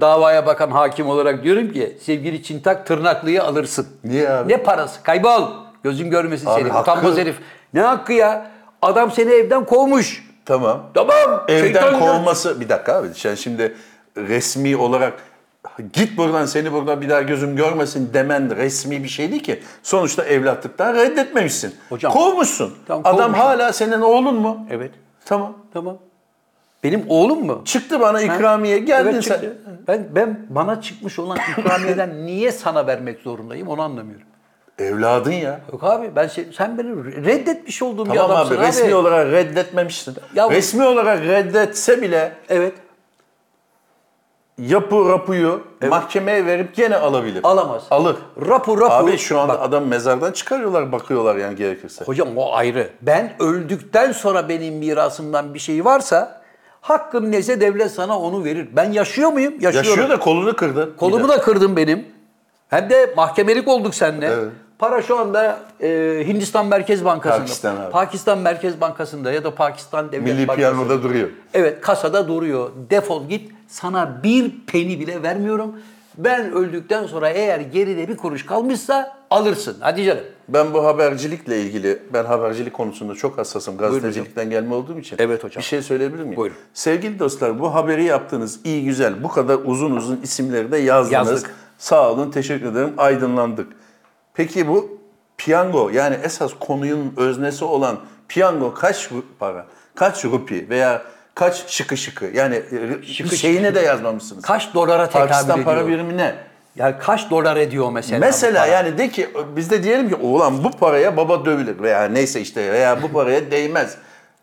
davaya bakan hakim olarak diyorum ki sevgili Çintak tırnaklıyı alırsın.
Niye abi?
Ne parası? Kaybol. Gözün görmesin
Abi
seni.
hakkı-
Utanmaz herif. Ne hakkı ya? Adam seni evden kovmuş.
Tamam.
Tamam.
Evden
şeytan-
kovması bir dakika abi sen şimdi resmi olarak git buradan seni burada bir daha gözüm görmesin demen resmi bir şey değil ki. Sonuçta evlatlıktan reddetmemişsin.
Hocam-
Kovmuşsun.
Tamam,
Adam
kovmuşum.
hala senin oğlun mu?
Evet.
Tamam.
Tamam. Benim oğlum mu?
Çıktı bana ikramiye geldin
Evet,
sen.
çıktı. Ben ben bana çıkmış olan
[COUGHS]
ikramiyeden niye sana vermek zorundayım onu anlamıyorum.
Evladın ya.
Yok abi ben şey- sen beni reddetmiş olduğum bir
Tamam
adamsın
abi
abi.
resmi olarak reddetmemişsin.
Ya bu-
resmi olarak reddetse bile
Evet.
yapı rapuyu mahkemeye verip gene alabilir.
Alamaz.
Alır.
Rapu rapu.
Abi şu anda
Bak,
adam mezardan çıkarıyorlar bakıyorlar yani gerekirse.
hocam o ayrı. Ben öldükten sonra benim mirasımdan bir şey varsa hakkım neyse devlet sana onu verir. Ben yaşıyor muyum? Yaşıyorum.
Yaşıyor da kolunu kırdı. Bir
Kolumu
de.
da kırdın benim. Hem de mahkemelik olduk seninle. Para şu anda e, Hindistan Merkez Bankası'nda.
Pakistan abi.
Pakistan Merkez Bankası'nda ya da Pakistan Devlet
Milli
Bankası.
piyangoda duruyor.
Evet kasada duruyor. Defol git. Sana bir peni bile vermiyorum. Ben öldükten sonra eğer geride bir kuruş kalmışsa alırsın. Hadi canım.
Ben bu habercilikle ilgili, ben habercilik konusunda çok hassasım. Gazetecilikten gelme olduğum için.
Evet hocam.
Bir şey söyleyebilir miyim?
Buyurun.
Sevgili dostlar bu haberi yaptınız. iyi güzel. Bu kadar uzun uzun isimleri de yazdınız.
Yazdık.
Sağ olun, teşekkür ederim. Aydınlandık. Peki bu piyango yani esas konunun öznesi olan piyango kaç ru- para? Kaç rupi veya kaç şıkı şıkı? Yani e, şeyine de yazmamışsınız.
Kaç dolara tekabül
Pakistan para
ediyor?
birimi ne?
Yani kaç dolar ediyor mesela? bu
Mesela
para?
yani de ki biz de diyelim ki ulan bu paraya baba dövülür veya neyse işte veya bu paraya değmez.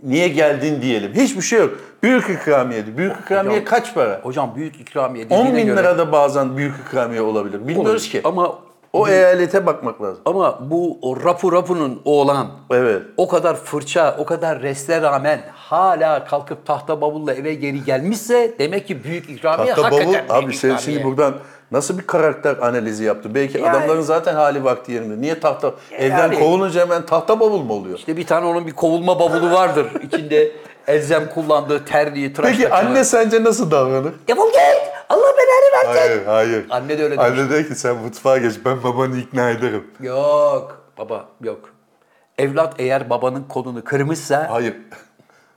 Niye geldin diyelim. Hiçbir şey yok. Büyük ikramiye. Büyük ikramiye
Hocam-
kaç para?
Hocam büyük ikramiye
10
dediğine
bin
göre-
lira da bazen büyük ikramiye olabilir. Bilmiyoruz
Olur.
ki.
Ama
o eyalete bakmak lazım.
ama bu o rapu rapunun oğlan
Evet.
o kadar fırça, o kadar reste rağmen hala kalkıp tahta bavulla eve geri gelmişse demek ki büyük ikramiye
Hatta
hakikaten
bavul
büyük
abi sen
ikramiye.
şimdi buradan nasıl bir karakter analizi yaptı? Belki
Yani-
adamların zaten hali vakti yerinde. Niye tahta evden
Yani-
kovulunca hemen tahta bavul mu oluyor?
İşte bir tane onun bir kovulma bavulu vardır. İçinde elzem kullandığı terliği, tıraş
Peki
takımı.
anne sence nasıl davranır?
Defol git! Allah belanı versin!
Hayır, hayır.
Anne de öyle demiş.
Anne der ki sen mutfağa geç, ben babanı ikna ederim.
Yok baba yok. Evlat eğer babanın kolunu kırmışsa
Hayır,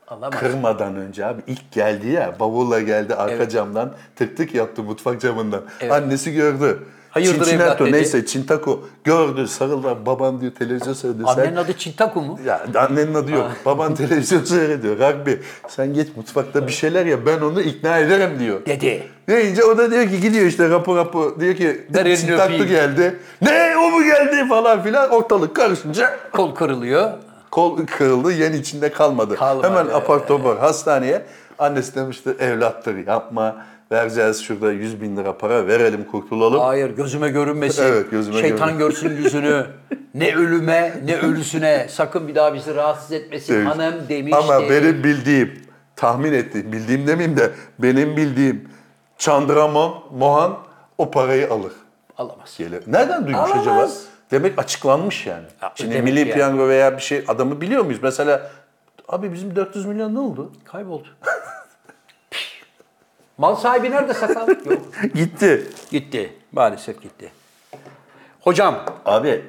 alamaz.
kırmadan önce abi ilk geldi ya, bavulla geldi arka camdan, tık tık yaptı mutfak camından. Annesi gördü.
Hayırdır evlat dedi.
neyse Çintako gördü, sarıldı. Baban diyor televizyon seyrediyor.
Annenin
Sen,
adı Çintaku mu?
ya annenin adı yok. Baban televizyon seyrediyor. Rugby. Sen geç mutfakta bir şeyler ya ben onu ikna ederim diyor.
Dedi.
Deyince o da diyor ki gidiyor işte rapo rapo diyor ki
Derin
Çintaklı
öpeyim.
geldi. Ne o mu geldi falan filan ortalık karışınca
Kol kırılıyor.
Kol kırıldı, yen içinde kalmadı.
Kalmadı.
Hemen apar topar hastaneye. Annesi demişti evlattır yapma. Vereceğiz şurada 100 bin lira para verelim kurtulalım.
Hayır gözüme görünmesin.
Evet, gözüme
Şeytan
görün-
görsün
[LAUGHS]
yüzünü. ne ölüme ne ölüsüne. Sakın bir daha bizi rahatsız etmesin
demiş.
hanım demiş.
Ee, Ama
dedi.
benim bildiğim, tahmin ettiğim, bildiğim demeyeyim de benim bildiğim Çandramon, Mohan o parayı alır.
Alamaz.
Gelir. Nereden duymuş
Alamaz.
acaba? Demek açıklanmış yani.
Ya,
Şimdi
demek
milli
yani.
piyango veya bir şey adamı biliyor muyuz? Mesela abi bizim 400 milyon ne oldu?
Kayboldu. Mal sahibi nerede
[LAUGHS]
sakal? Yok.
[LAUGHS] Gitti.
Gitti. Maalesef gitti. Hocam
Abi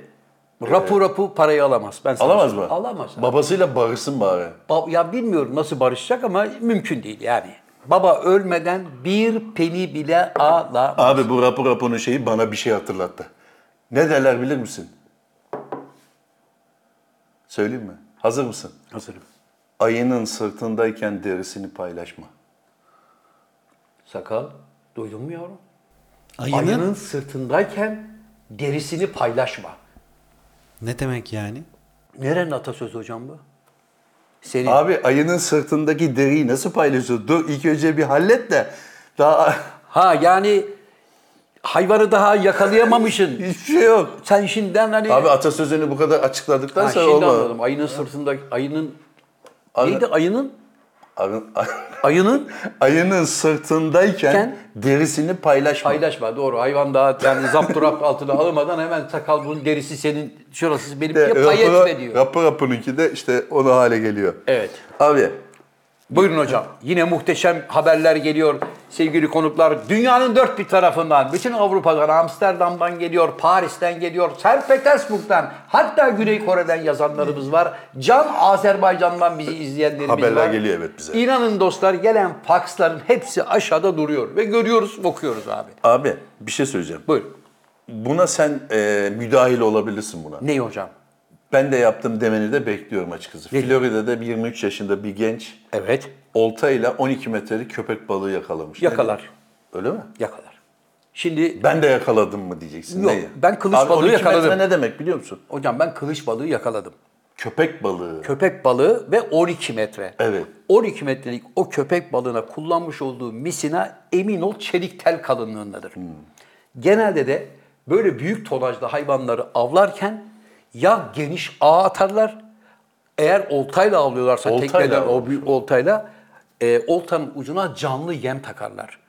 rapu rapu parayı alamaz. Ben sana
Alamaz mı?
söyleyeyim. Alamaz.
Babasıyla barışsın bari.
Ba- ya bilmiyorum nasıl barışacak ama mümkün değil yani. Baba ölmeden bir peni bile alamaz.
Abi bu rapor raporun şeyi bana bir şey hatırlattı. Ne derler bilir misin? Söyleyeyim mi? Hazır mısın?
Hazırım.
Ayının sırtındayken derisini paylaşma.
Sakal duydun mu yavrum?
Ayının,
Ayının sırtındayken derisini paylaşma.
ne demek yani?
Nerenin atasözü hocam bu? Senin.
Abi ayının sırtındaki deriyi nasıl paylaşıyorsun? Dur ilk önce bir hallet de daha [LAUGHS]
Ha yani hayvanı daha yakalayamamışsın.
hiçbir şey yok.
Sen şimdiden hani...
Abi atasözünü bu kadar açıkladıktan
ha,
sonra
şimdi
olmadı.
anladım. Ayının sırtında... Ayının...
Abi-
Neydi ayının?
Ayının,
Ayının
[LAUGHS] ayının sırtındayken
Ken-
derisini paylaşma.
paylaşma doğru. Hayvan daha yani zapturap altına alınmadan hemen sakal bunun derisi senin şurası benim diye pay etme diyor.
Rapı rapınınki de işte onu hale geliyor.
Evet.
Abi
Buyurun hocam. Yine muhteşem haberler geliyor sevgili konuklar. Dünyanın dört bir tarafından, bütün Avrupa'dan, Amsterdam'dan geliyor, Paris'ten geliyor, St. Petersburg'dan, hatta Güney Kore'den yazanlarımız var. Can Azerbaycan'dan bizi izleyenlerimiz
Haberler
var.
geliyor evet bize.
İnanın dostlar gelen faksların hepsi aşağıda duruyor ve görüyoruz, okuyoruz abi.
abi bir şey söyleyeceğim.
Buyurun.
Buna sen e, müdahil olabilirsin buna.
Neyi hocam?
Ben de yaptım demeni de bekliyorum açıkçası. Florida'da bir 23 yaşında bir genç
Evet.
oltayla 12 metrelik köpek balığı yakalamış. Ne
Yakalar.
diyor? Öyle mi?
Yakalar. Şimdi
Ben de yakaladım mı diyeceksin.
Yok,
Neyi?
ben kılıç
Abi
balığı
12
yakaladım.
metre ne demek biliyor musun?
hocam ben kılıç balığı yakaladım.
Köpek balığı.
Ee, köpek balığı ve 12 metre.
Evet.
12 metrelik o köpek balığına kullanmış olduğu misina emin ol çelik tel kalınlığındadır.
Hmm.
Genelde de böyle büyük tonajlı hayvanları avlarken ya geniş ağ atarlar, eğer oltayla avlıyorlarsa
Oltayla
tekneden o
avlıyorlar.
büyük oltayla e, oltanın ucuna canlı yem takarlar.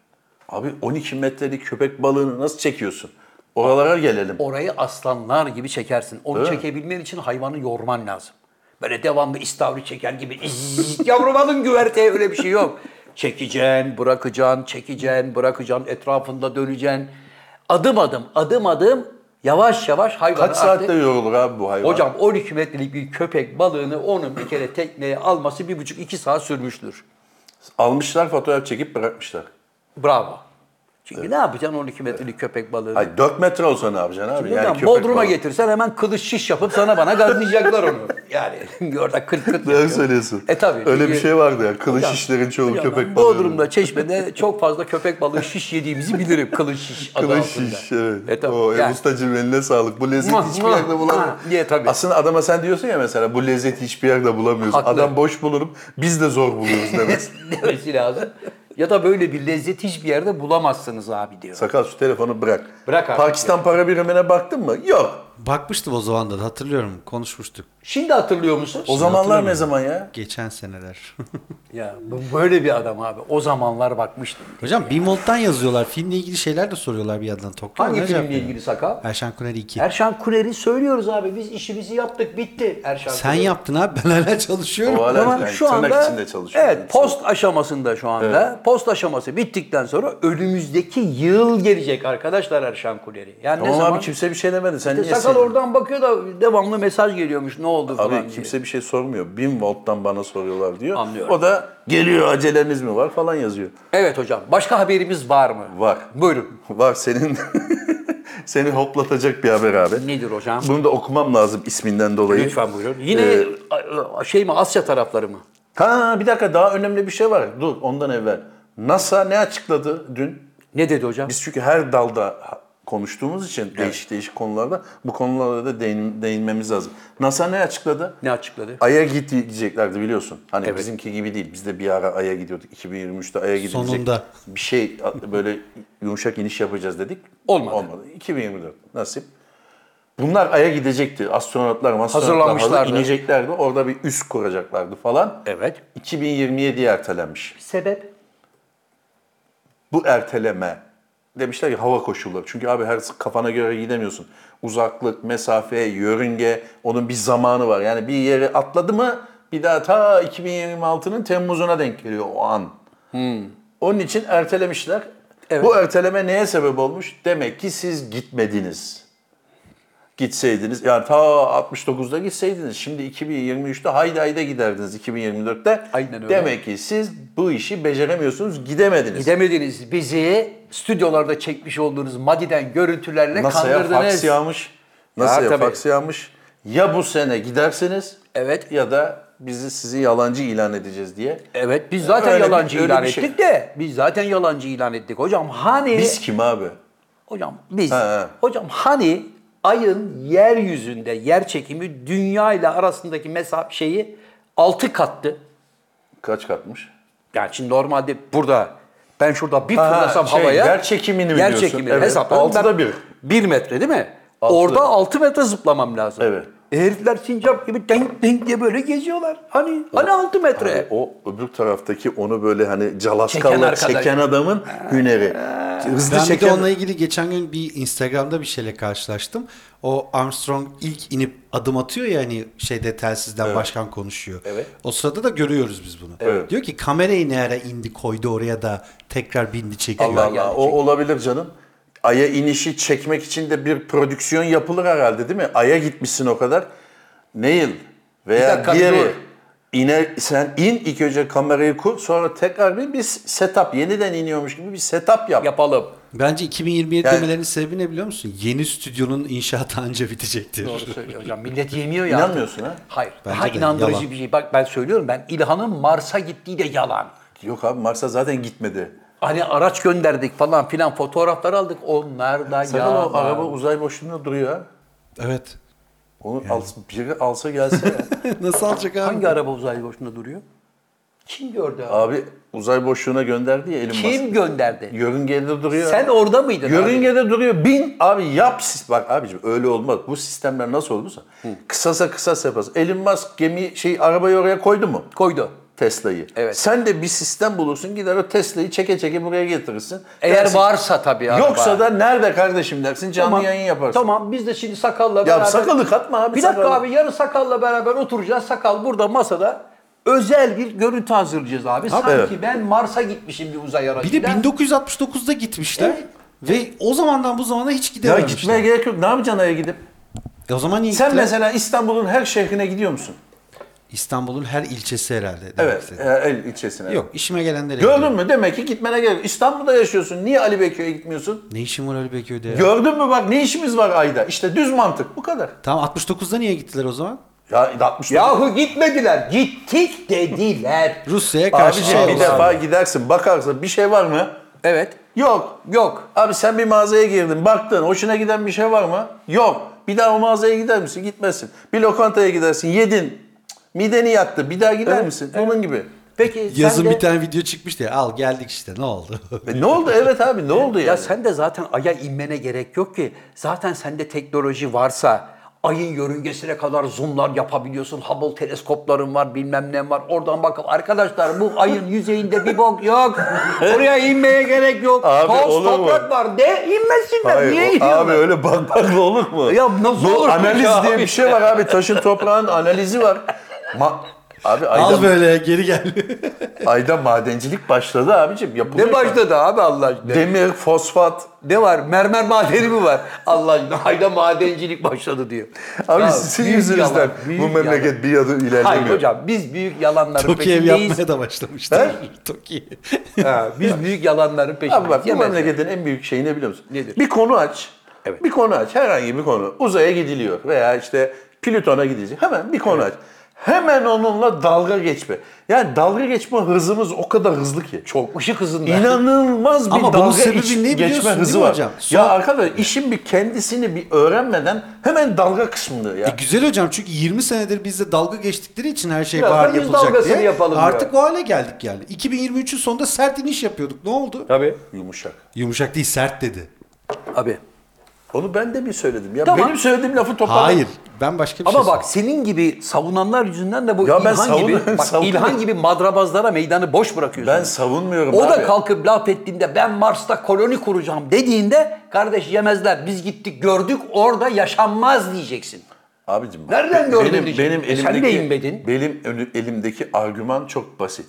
Abi 12 metrelik köpek balığını nasıl çekiyorsun? Oralara gelelim.
Orayı aslanlar gibi çekersin. Onu
Öyle mi?
çekebilmen için hayvanı yorman lazım. Böyle devamlı istavri çeker gibi "İzzz, yavrum alın güverteye öyle bir şey yok. Çekeceksin, bırakacaksın, çekeceksin, bırakacaksın, etrafında döneceksin. Adım adım, adım adım yavaş yavaş hayvanı
Kaç saatte yorulur abi bu hayvan?
Hocam 12 metrelik bir köpek balığını onun bir kere tekneye alması bir buçuk iki saat sürmüştür.
Almışlar fotoğraf çekip bırakmışlar.
Bravo. Çünkü ne yapacaksın 12 metrelik köpek balığını?
Ay 4 metre olsa ne yapacaksın abi?
Hocam
köpek
Bodrum'a
balığı.
getirsen hemen kılıç şiş yapıp sana bana gazlayacaklar
[LAUGHS]
onu. Yani orada kırk kırk
Doğru
yapıyor.
söylüyorsun.
E tabii.
Öyle
çünkü-
bir şey vardı ya. Kılıç
Hocam,
işlerin çoğu
hocam ben
köpek balığı.
Bodrum'da, Çeşme'de çok fazla köpek balığı şiş yediğimizi bilirim. Kılıç şiş adı
Kılıç
altında.
iş, evet.
E tabii,
o, e,
yani.
ustacığım eline sağlık. Bu lezzeti
Muah,
hiçbir
muah,
yerde bulamıyorum.
muah diye tabii.
Aslında adama sen diyorsun ya mesela bu lezzeti hiçbir yerde bulamıyoruz.
Haklı.
Adam boş bulurum, biz de zor buluyoruz
[LAUGHS]
demez.
[LAUGHS] demesi lazım. Ya da böyle bir lezzet hiçbir yerde bulamazsınız abi diyor.
Sakal şu telefonu bırak.
Bırak artık
Pakistan para birimine baktın mı? Yok.
Bakmıştım o zaman da hatırlıyorum konuşmuştuk.
Şimdi hatırlıyor musun?
O zamanlar ne
hatırlamıyorum.
zaman ya?
Geçen seneler. [LAUGHS]
Ya bu böyle bir adam abi. O zamanlar bakmıştım.
Hocam Bimolt'tan yazıyorlar. Filmle ilgili şeyler de soruyorlar bir yandan Tokyo.
Hangi
Ne
filmle
yapıyor?
ilgili sakal?
Erşan Kuner 2.
Erşan Kuner'i söylüyoruz abi. Biz işimizi yaptık, bitti Erşan
Sen
Kuner.
yaptın abi ben hala
O
çalışıyorum.
hala
Ama
yani
şu
tırnak
anda
içinde çalışıyor.
Evet, post aşamasında şu anda. Post aşaması bittikten sonra önümüzdeki yıl gelecek arkadaşlar Erşan Kuner'i. Yani
Tamam
ne
abi
zaman?
kimse bir şey demedi. Sen niye
Sakal
sen-
oradan bakıyor da devamlı mesaj geliyormuş. Ne oldu falan
Abi
diye.
kimse bir şey sormuyor. 1000 volttan bana soruyorlar diyor.
Anlıyorum.
O da geliyor aceleniz mi var falan yazıyor.
Evet hocam. Başka haberimiz var mı?
Var.
Buyurun.
Var senin [LAUGHS] seni hoplatacak bir haber abi.
Nedir hocam?
Bunu da okumam lazım isminden dolayı.
Lütfen buyurun. Yine
Ee,
a- a- şey mi Asya tarafları mı?
ha bir dakika daha önemli bir şey var. Dur ondan evvel. NASA ne açıkladı dün?
Ne dedi hocam?
Biz çünkü her dalda ha- konuştuğumuz için değişik değişik konularda bu konulara da değin- değinmemiz lazım. NASA ne açıkladı?
ne açıkladı?
Ay'a gideceklerdi biliyorsun. Hani
Evet.
bizimki gibi değil. Biz de bir ara Ay'a gidiyorduk. 2023'te Ay'a gidecek.
Sonunda.
Bir şey böyle yumuşak iniş yapacağız dedik.
Olmadı.
Olmadı. 2024 nasip. Bunlar Ay'a gidecekti. Astronotlar, astronotlar
Hazırlanmışlardı.
ineceklerdi. Orada bir üs kuracaklardı falan.
Evet.
2027'ye ertelenmiş.
Sebep?
Bu erteleme demişler ki hava koşulları. Çünkü abi her kafana göre gidemiyorsun. Uzaklık, mesafe, yörünge onun bir zamanı var. Yani bir yere atladı mı bir daha ta 2026'nın Temmuz'una denk geliyor o an. Onun için ertelemişler.
Hmm. Evet.
Bu erteleme neye sebep olmuş? Demek ki siz gitmediniz. Gitseydiniz yani ta 69'da gitseydiniz şimdi 2023'te haydi haydi giderdiniz 2024'te.
Aynen öyle.
Demek ki siz bu işi beceremiyorsunuz gidemediniz.
Gidemediniz. Bizi stüdyolarda çekmiş olduğunuz madiden görüntülerle
NASA'ya
kandırdınız.
faks yağmış. NASA'ya
tabii.
faks yağmış. Ya bu sene gidersiniz
Evet. E,
ya da bizi sizi yalancı ilan edeceğiz diye.
Evet biz zaten
Ee, Öyle bir-
yalancı
öyle
ilan
bir şey.
ettik de biz zaten yalancı ilan ettik hocam hani
Biz kim abi?
hocam biz
Ha, ha.
hocam hani ayın yeryüzünde yer çekimi dünya ile arasındaki mesafe şeyi 6 kattı.
Kaç katmış?
Yani şimdi normalde burada ben şurada bir
Ha,
fırlasam
şey,
havaya
yer çekimini mi
yer
diyorsun?
çekimini
Evet,
hesapladım.
altıda bir.
1 metre değil mi?
Altıda
Orada
bir.
6 metre zıplamam lazım. E,
Evet.
Herifler sincap gibi denk denk diye böyle geziyorlar. Hani hani 6 metre.
Hani o öbür taraftaki onu böyle hani calaskalla
arkadaş.
çeken, adamın hüneri. Hızlı
Ben bir de
çeken
onunla ilgili geçen gün bir Instagram'da bir şeyle karşılaştım. O Armstrong ilk inip adım atıyor ya hani şeyde telsizden başkan konuşuyor.
Evet.
O sırada da görüyoruz biz bunu.
Evet.
Diyor ki kamerayı ne ara indi koydu oraya da tekrar bindi çekiyor.
Allah Allah
yani.
o olabilir canım. Ay'a inişi çekmek için de bir prodüksiyon yapılır herhalde değil mi? Ay'a gitmişsin o kadar. Neil
Bir
veya
dakika,
diğeri
dur.
iner, sen in ilk önce kamerayı kur sonra tekrar bir, bir setup yeniden iniyormuş gibi bir setup yap.
Yapalım.
Bence 2027
Yani-
demelerinin sebebi ne biliyor musun? Yeni stüdyonun inşaatı anca bitecektir.
Doğru söylüyor hocam. Millet yemiyor ya.
İnanmıyorsun ha?
Hayır.
Bence
daha
de,
inandırıcı
yalan.
bir şey. Bak ben söylüyorum ben İlhan'ın Mars'a gittiği de yalan.
Yok abi Mars'a zaten gitmedi.
Hani araç gönderdik falan filan fotoğraflar aldık. Onlar da
Sakın
yalan.
o araba uzay boşluğunda duruyor ha.
[LAUGHS] Evet. [LAUGHS]
Onu al, biri
[LAUGHS]
alsa gelse.
Nasıl alacak abi?
Hangi araba uzay boşluğunda duruyor? Kim gördü abi?
abi uzay boşluğuna gönderdi ya Elon Musk.
Kim gönderdi?
Yörüngede duruyor.
Sen orada mıydın abi?
Yörüngede duruyor. Bin abi yap. sis- Bak abicim öyle olmaz. Bu sistemler nasıl olursa. Kısasa kısas yaparsın. Elon Musk gemi şey arabayı oraya koydu mu?
Koydu.
Tesla'yı.
Evet.
Sen de bir sistem bulursun gider o Tesla'yı çeke çeke buraya getirirsin.
Eğer
Dersin,
varsa tabii araba.
Yoksa da nerede kardeşim dersin canlı
Tamam,
yayın yaparsın.
Tamam biz de şimdi sakalla
Ya
beraber...
sakalı katma abi.
Bir dakika
sakalı.
abi yarın sakalla beraber oturacağız. Sakal burada masada özel bir görüntü hazırlayacağız abi. Sanki
evet.
ben Mars'a gitmişim bir uzay aracıyla.
Bir de 1969'da gitmişler.
Evet.
Ve o zamandan bu zamana hiç
Ya
şey
gidememişler.
gitmeye gerek yok. Ne yapacaksın aya gidip?
E o zaman niye
Sen
gittiler?
mesela İstanbul'un her şehrine gidiyor musun?
İstanbul'un her ilçesi herhalde. demek
Evet.
istedim.
e, El ilçesine.
Yok işime gelenlere
Gördün
gidiyorum.
mü? Demek ki gitmene gerek yok. İstanbul'da yaşıyorsun. Niye Ali Bekir'e gitmiyorsun?
Ne işim var Ali Bekir'de ya?
Gördün mü bak ne işimiz var ayda? İşte düz mantık bu kadar.
Tamam 69'da niye gittiler o zaman?
Ya 60
Yahu gitmediler. Gittik dediler.
Rusya'ya karşı
Abiciğim
şey
bir
olsun.
defa gidersin bakarsın bir şey var mı?
Evet.
Yok.
Yok.
Abi sen bir mağazaya girdin baktın hoşuna giden bir şey var mı? Yok. Bir daha o mağazaya gider misin? Gitmezsin. Bir lokantaya gidersin yedin. Cık, Mideni yattı. Bir daha gider misin? Onun gibi. E,
Peki
Yazın
sen de...
bir tane video çıkmıştı ya. Al geldik işte ne oldu?
E ne oldu? Evet abi ne oldu yani?
Ya sen de zaten Ay'a inmene gerek yok ki. Zaten sende teknoloji varsa Ay'ın yörüngesine kadar zoomlar yapabiliyorsun. Hubble teleskopların var bilmem ne var. Oradan bakıp arkadaşlar bu Ay'ın yüzeyinde bir bok yok.
[LAUGHS]
Oraya inmeye gerek yok.
Abi,
Toz
olur mu?
toprak var de inmesinler.
Hayır,
Niye
o-
iniyorlar?
abi öyle bakmakla olur mu?
Ya nasıl
Bu
olur ki
Analiz
ya
diye
abi?
bir şey var abi. Taşın toprağın analizi var. Ma- abi
Al
ayda,
böyle geri gel.
ayda madencilik başladı abicim. Yapılıyor.
Ne başladı abi Allah aşkına?
Demir, fosfat.
Ne var? Mermer madeni mi var? [LAUGHS] Allah aşkına ayda madencilik başladı diyor.
Abi
Ya
sizin
büyük
yüzünüzden
yalan,
bu
büyük
memleket
yalan.
bir adım ilerlemiyor.
Hayır hocam biz büyük yalanların
Toki ev
peşindeyiz.
yapmaya da başlamışlar. [LAUGHS] Toki.
Ha, [LAUGHS] biz büyük yalanların peşindeyiz.
Abi bak bu
Yemezler.
memleketin en büyük şeyi ne biliyor musun?
Nedir?
Bir konu aç.
Evet.
Bir konu aç. Herhangi bir konu. Uzaya gidiliyor veya işte Plüton'a gidecek. Hemen bir konu aç. Hemen onunla dalga geçme. Yani dalga geçme hızımız o kadar hızlı ki.
Çok ışık hızında.
İnanılmaz bir
Ama bunun
dalga
sebebi
iç-
ne biliyorsun
geçme
değil
hızı
mi
var.
hocam?
Ya
Son-
arkadaş işin bir kendisini bir öğrenmeden hemen dalga kısmında ya.
E güzel hocam çünkü 20 senedir bizde dalga geçtikleri için her şey
Biraz da
var
yüz
yapılacak
dalgasını
diye.
yapalım diyor.
Artık o hale geldik yani. 2023'ün sonunda sert iniş yapıyorduk. Ne oldu?
Tabii.
Yumuşak.
Yumuşak değil sert dedi.
Abi.
Onu ben de bir söyledim ya.
Tamam.
Benim söylediğim lafı toparla.
Hayır. Ben başka bir
Ama
şey
bak senin gibi savunanlar yüzünden de bu
Ya ben
İlhan gibi
savunuyorum,
bak
savunuyorum.
İlhan gibi madrabazlara meydanı boş bırakıyorsun.
Ben savunmuyorum
o da
abi.
kalkıp laf ettiğinde ben Mars'ta koloni kuracağım dediğinde kardeş yemezler biz gittik gördük orada yaşanmaz diyeceksin.
Abicim bak,
Nereden gördün
benim,
diyecektim.
benim
E sen de
elimdeki,
inmedin.
Benim önü- elimdeki argüman çok basit.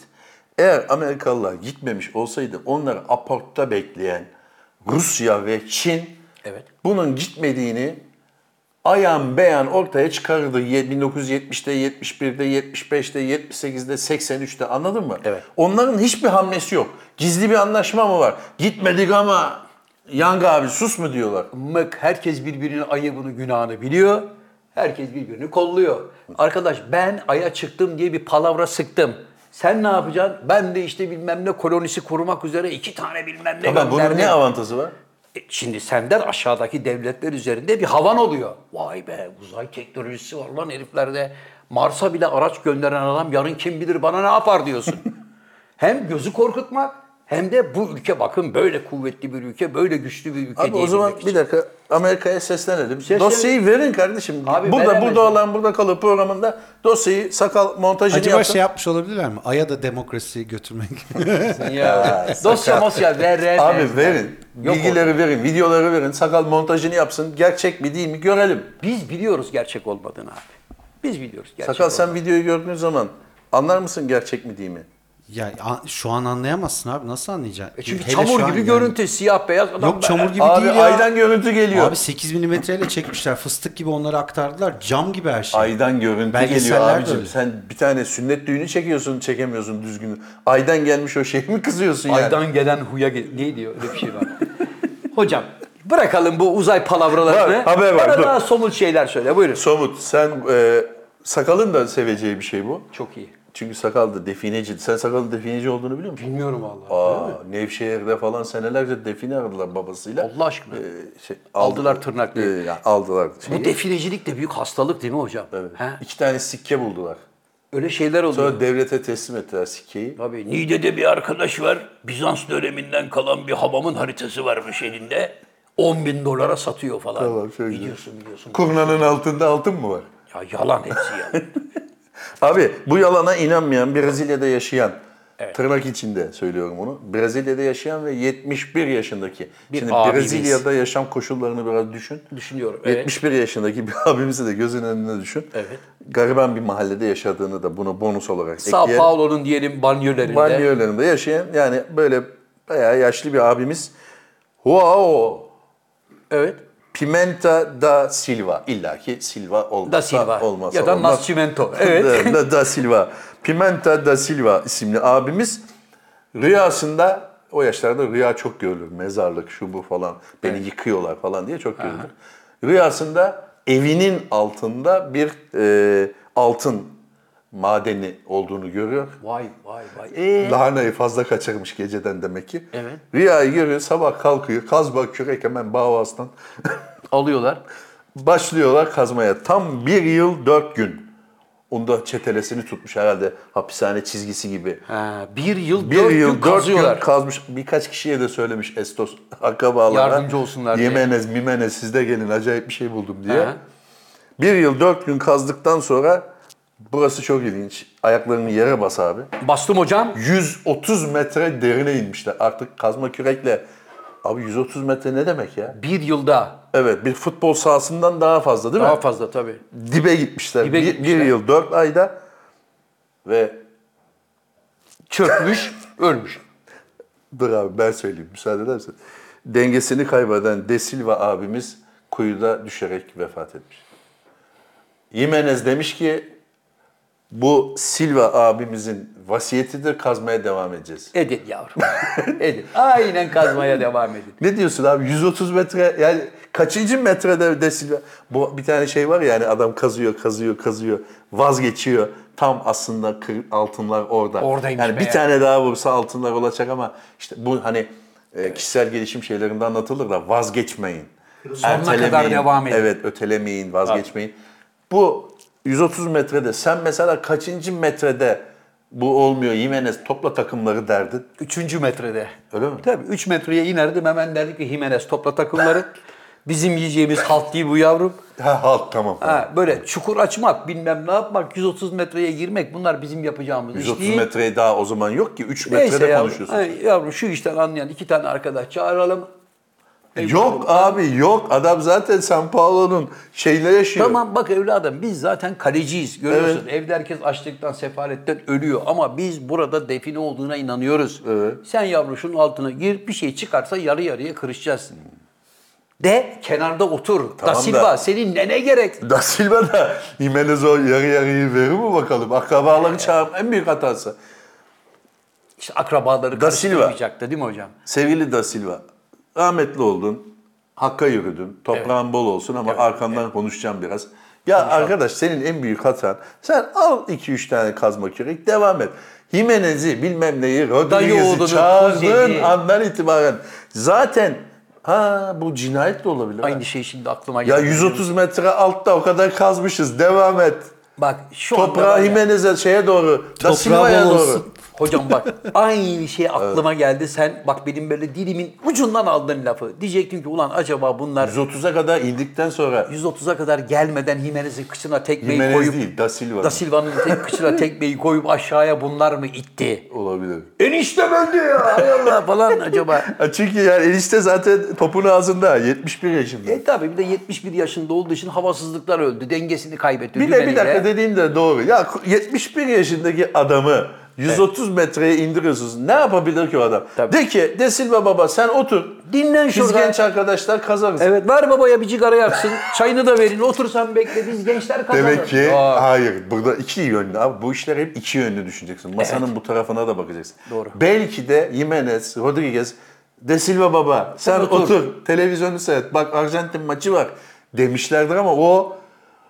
Eğer Amerikalılar gitmemiş olsaydı onları aportta bekleyen Rusya ve Çin
Evet.
bunun gitmediğini ayan beyan ortaya çıkarırdı. Ye- 1970'te, 71'de, 75'te, 78'de, 83'te anladın mı?
Evet.
Onların hiçbir hamlesi yok. Gizli bir anlaşma mı var? Gitmedik ama Yang abi sus mu diyorlar.
Mık herkes birbirinin ayıbını günahını biliyor. Herkes birbirini kolluyor. Arkadaş ben aya çıktım diye bir palavra sıktım. Sen ne yapacaksın? Ben de işte bilmem ne kolonisi kurmak üzere iki tane bilmem ne
Ama bunun
gönderdim.
ne avantajı var?
E, Şimdi senden aşağıdaki devletler üzerinde bir havan oluyor. Vay be uzay teknolojisi var lan heriflerde. Mars'a bile araç gönderen adam yarın kim bilir bana ne yapar
[LAUGHS]
diyorsun. hem gözü korkutmak hem de bu ülke bakın böyle kuvvetli bir ülke, böyle güçlü bir ülke
Abi o
diyebilmek
zaman
için.
bir dakika Amerika'ya seslenelim. Dosyayı verin kardeşim.
Abi
burada
veremez
burada
mi?
olan burada kalır programında dosyayı sakal montajını
Acaba
yapın.
şey yapmış olabilirler mi? Ay'a da demokrasiyi götürmek.
[LAUGHS] Ya, dosya mosya ver ver.
Abi verin.
Yok
bilgileri verin, videoları verin. Sakal montajını yapsın. Gerçek mi değil mi görelim.
Biz biliyoruz gerçek olmadığını abi. Biz biliyoruz gerçek
Sakal
olmadığını.
sen videoyu gördüğün zaman anlar mısın gerçek mi değil mi?
ya a- şu an anlayamazsın abi. Nasıl anlayacaksın?
E çünkü
Hele
çamur
şu an
gibi
yani.
görüntü, siyah beyaz adam.
Yok çamur gibi
Abi
değil ya.
aydan görüntü geliyor.
Abi 8 milimetreyle çekmişler. Fıstık gibi onları aktardılar. Cam gibi her şey.
Aydan görüntü geliyor
Belgeseller de
abicim.
öyle.
Sen bir tane sünnet düğünü çekiyorsun, çekemiyorsun düzgün. Aydan gelmiş o şeye mi kızıyorsun yani?
Aydan gelen huya gel- ne diyor öyle bir şey var. [LAUGHS] Hocam bırakalım bu uzay palavralarını.
Var, haber var,
Bana
dur.
daha somut şeyler söyle buyurun.
Somut sen e, sakalın da seveceği bir şey bu.
Çok iyi.
Çünkü sakal da defineci. Sen sakalın defineci olduğunu biliyor musun?
Bilmiyorum vallahi.
Aa, Nevşehir'de falan senelerce define aradılar babasıyla.
Allah aşkına.
E, şey,
Ee, Aldılar
aldı-
tırnaklı.
E, yani aldılar.
bu
şeyi.
definecilik de büyük hastalık değil mi hocam?
Evet.
Ha?
İki tane sikke buldular.
Öyle şeyler oluyor.
Sonra devlete teslim ettiler sikkeyi.
Tabii Niğde'de bir arkadaş var. Bizans döneminden kalan bir hamamın haritası varmış elinde. 10 bin dolara satıyor falan.
Tamam, çok güzel.
biliyorsun biliyorsun.
Kurnanın altında altın mı var?
Ya yalan hepsi
[LAUGHS]
yalan.
Abi bu yalana inanmayan Brezilya'da yaşayan tırnak içinde söylüyorum bunu. Brezilya'da yaşayan ve 71 yaşındaki. Şimdi
abimiz.
Brezilya'da yaşam koşullarını biraz düşün.
Düşünüyorum. Evet.
71 yaşındaki bir [LAUGHS] abimizi de gözün önüne düşün.
Evet.
Gariban bir mahallede yaşadığını da buna bonus olarak
Sao
ekleyelim.
Paulo'nun diyelim banyolarında.
Banyolarında yaşayan yani böyle bayağı yaşlı bir abimiz. Wow.
Evet.
Pimenta da Silva. İlla ki Silva olmazsa
Da Silva.
olmazsa
ya da
olmaz.
Nascimento. Evet.
[LAUGHS] da, da, da Silva. Pimenta da Silva isimli abimiz rüyasında o yaşlarda rüya çok görülür. Mezarlık şu bu falan. Beni yıkıyorlar falan diye çok görülür. Rüyasında evinin altında bir e, altın madeni olduğunu görüyor.
vay vay vay.
Lahanayı fazla kaçırmış geceden demek ki.
Ee? Evet.
Rüyayı görüyor, sabah kalkıyor, kazma kürek hemen bağvastan
alıyorlar.
Başlıyorlar kazmaya. Tam bir yıl dört gün. Onda çetelesini tutmuş herhalde hapishane çizgisi gibi.
Ha, bir yıl
Bir
dört
yıl
gün
dört
kazıyorlar.
gün kazmış. Birkaç kişiye de söylemiş Estos akrabalara.
Yardımcı olsunlar diye.
Yemenez, mimenez siz de gelin acayip bir şey buldum diye.
Ha.
Bir yıl dört gün kazdıktan sonra burası çok ilginç. Ayaklarını yere bas abi.
Bastım hocam.
130 metre derine inmişler. Artık kazma kürekle. Abi 130 metre ne demek ya?
Bir yılda.
Evet bir futbol sahasından daha fazla değil mi?
Daha fazla tabii.
dibe gitmişler.
Dibe
bir, bir
gitmişler.
yıl dört ayda ve
Çökmüş, ölmüş.
dur abi ben söyleyeyim müsaade eder misin? Dengesini kaybeden De Silva abimiz kuyuda düşerek vefat etmiş. Jimenez demiş ki bu Silva abimizin vasiyetidir kazmaya devam edeceğiz.
Edin
[LAUGHS]
yavrum. Edin. Aynen kazmaya devam edin.
Ne diyorsun abi 130 metre yani kaçıncı metrede De Silva? Bu bir tane şey var ya yani adam kazıyor kazıyor kazıyor vazgeçiyor. Tam aslında kır- altınlar orada.
Oradaymış
Yani
be
bir
ya.
tane daha vursa altınlar olacak ama işte bu hani e, kişisel gelişim şeylerinde anlatılır da vazgeçmeyin.
Sonuna kadar devam edin.
Evet ötelemeyin vazgeçmeyin. Bu 130 metrede sen mesela kaçıncı metrede bu olmuyor Jimenez topla takımları derdin.
Üçüncü metrede.
Öyle mi?
Tabii. Üç metreye inerdim hemen derdik ki Jimenez topla takımları. Bizim yiyeceğimiz halk değil bu yavrum.
Ha halk tamam.
Ha, böyle çukur açmak, bilmem ne yapmak, 130 metreye girmek bunlar bizim yapacağımız iş
130
değil.
metreye daha o zaman yok ki. 3
Neyse
metrede
yavrum,
konuşuyorsun.
ha, yavrum şu işten anlayan iki tane arkadaş çağıralım.
Yok abi yok. Adam zaten San Paulo'nun şeyle yaşıyor.
Tamam bak evladım biz zaten kaleciyiz görüyorsun. Evde herkes açlıktan, sefaletten ölüyor ama biz burada define olduğuna inanıyoruz. Sen yavrum şunun altına gir bir şey çıkarsa yarı yarıya kırışacağız. De kenarda otur.
Tamam
da
da-
Silva senin nene gerek?
Da Silva da Jimenez o yarı yarıyı verir mi bakalım?
Ee,
Akrabaları çağırma en büyük hatası.
İşte akrabaları
Da Silva.
karıştırmayacaktı değil mi hocam?
Sevgili Da Silva, rahmetli oldun. Hakka yürüdün. Toprağın bol olsun ama arkandan konuşacağım biraz. Ya arkadaş senin en büyük hatan sen al 2-3 tane kazma kürek devam et. Himenez'i bilmem neyi
Dayı
Rodriguez'i
oğlunu,
çağırdığın
kuzeni.
andan itibaren zaten Ha bu cinayet de olabilir. ha.
Aynı şey şimdi aklıma
Ya
geldi.
130 metre altta o kadar kazmışız. Devam et.
Bak şu anda var
Toprağı
ya-
Jimenez'e şeye doğru. Da
Toprağı
Silva'ya
bol
doğru.
olsun.
Hocam
[LAUGHS]
bak aynı şey aklıma geldi. Sen bak benim böyle dilimin ucundan aldığın lafı. Diyecektim ki ulan acaba bunlar
130'a kadar indikten sonra
130'a kadar gelmeden Jimenez'in kıçına tekmeyi
Jimenez
koyup
değil Da Silva.
Da Silva'nın tek kıçına tekmeyi koyup aşağıya bunlar mı itti?
olabilir.
Enişte öldü ya. Hay Allah [LAUGHS] falan acaba.
Ha, çünkü yani enişte zaten topun ağzında. 71 yaşında.
E tabii bir de 71 yaşında olduğu için havasızlıklar öldü. Dengesini kaybetti.
Bir de bir
dümeniyle.
dakika dediğin de doğru. Ya 71 yaşındaki adamı 130 metreye indiriyorsunuz. Ne yapabilir ki o adam?
Tabii.
De ki De Silva baba sen otur.
Dinlen
Biz
şurada.
genç arkadaşlar kazarız.
Evet ver babaya bir cigara yaksın. çayını da verin. Otursan bekle biz gençler kazanır.
Demek ki
Aa,
hayır. Burada iki yönlü abi. Bu işler hep iki yönlü düşüneceksin. Masanın bu tarafına da bakacaksın.
Doğru.
Belki de Jimenez, Rodriguez, De Silva baba sen
Otur.
otur. televizyonu seyret. Bak Arjantin maçı var demişlerdir ama o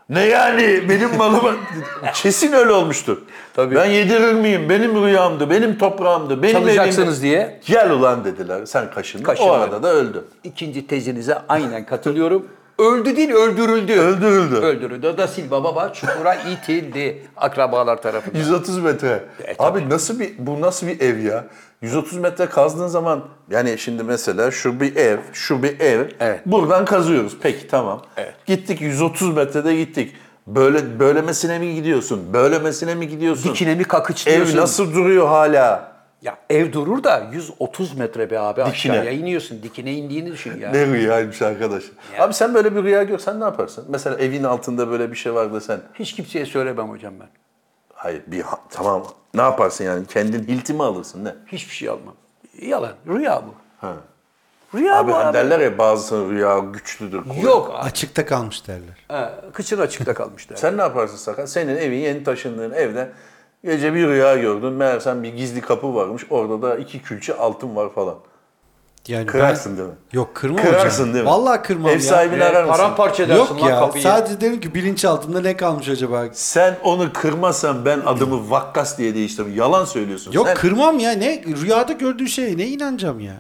ne yani benim malıma [LAUGHS] kesin öyle olmuştur.
Tabii.
Ben yedirir miyim? Benim rüyamdı, benim toprağımdı, benim
Çalacaksınız diye.
Gel ulan dediler. Sen kaşındın.
Kaşındın.
O arada da öldü.
İkinci tezinize aynen katılıyorum. Öldü değil öldürüldü.
Öldürüldü.
Öldürüldü. Da Silva baba çukura itildi akrabalar tarafından.
130 metre.
E,
Abi nasıl bir bu nasıl bir ev ya? 130 metre kazdığın zaman yani şimdi mesela şu bir ev, şu bir ev.
Evet.
Buradan kazıyoruz. Peki tamam.
Evet.
Gittik 130 metrede gittik. Böyle böylemesine mi gidiyorsun? Böylemesine mi gidiyorsun?
Dikine mi kakıçlıyorsun?
ev nasıl duruyor hala?
Ya ev durur da 130 metre be abi
Dikine.
aşağıya iniyorsun. Dikine indiğini düşün ya.
Ne rüyaymış arkadaş. Abi sen böyle bir rüya görsen ne yaparsın? Mesela evin altında böyle bir şey var desen.
Hiç kimseye söylemem hocam ben.
Hayır bir ha- tamam. Ne yaparsın yani? Kendin hilti mi alırsın ne?
Hiçbir şey almam. Yalan. Rüya bu.
Ha.
Rüya
Abi
bu
hani
abi.
derler ya bazı rüya güçlüdür. kuvvetlidir.
Yok. abi.
Açıkta kalmış derler.
Ha, kıçın açıkta
[LAUGHS]
kalmışlar.
Sen ne yaparsın Sakat? Senin evin yeni taşındığın evde gece bir rüya gördün. Meğersem bir gizli kapı varmış. Orada da iki külçe altın var falan.
Yani ben-
Kırarsın değil mi?
Yok kırmam
Kırarsın
hocam.
değil mi?
Vallahi kırmam
Ev
ya.
sahibini arar mısın?
Paramparça edersin
Yok
lan
ya.
kapıyı.
Sadece derim ki bilinçaltımda ne kalmış acaba?
Sen onu kırmasan ben adımı Vakkas diye değiştirdim. Yalan söylüyorsun.
Yok
Sen-
kırmam ya. Ne rüyada gördüğü şeye ne inanacağım ya?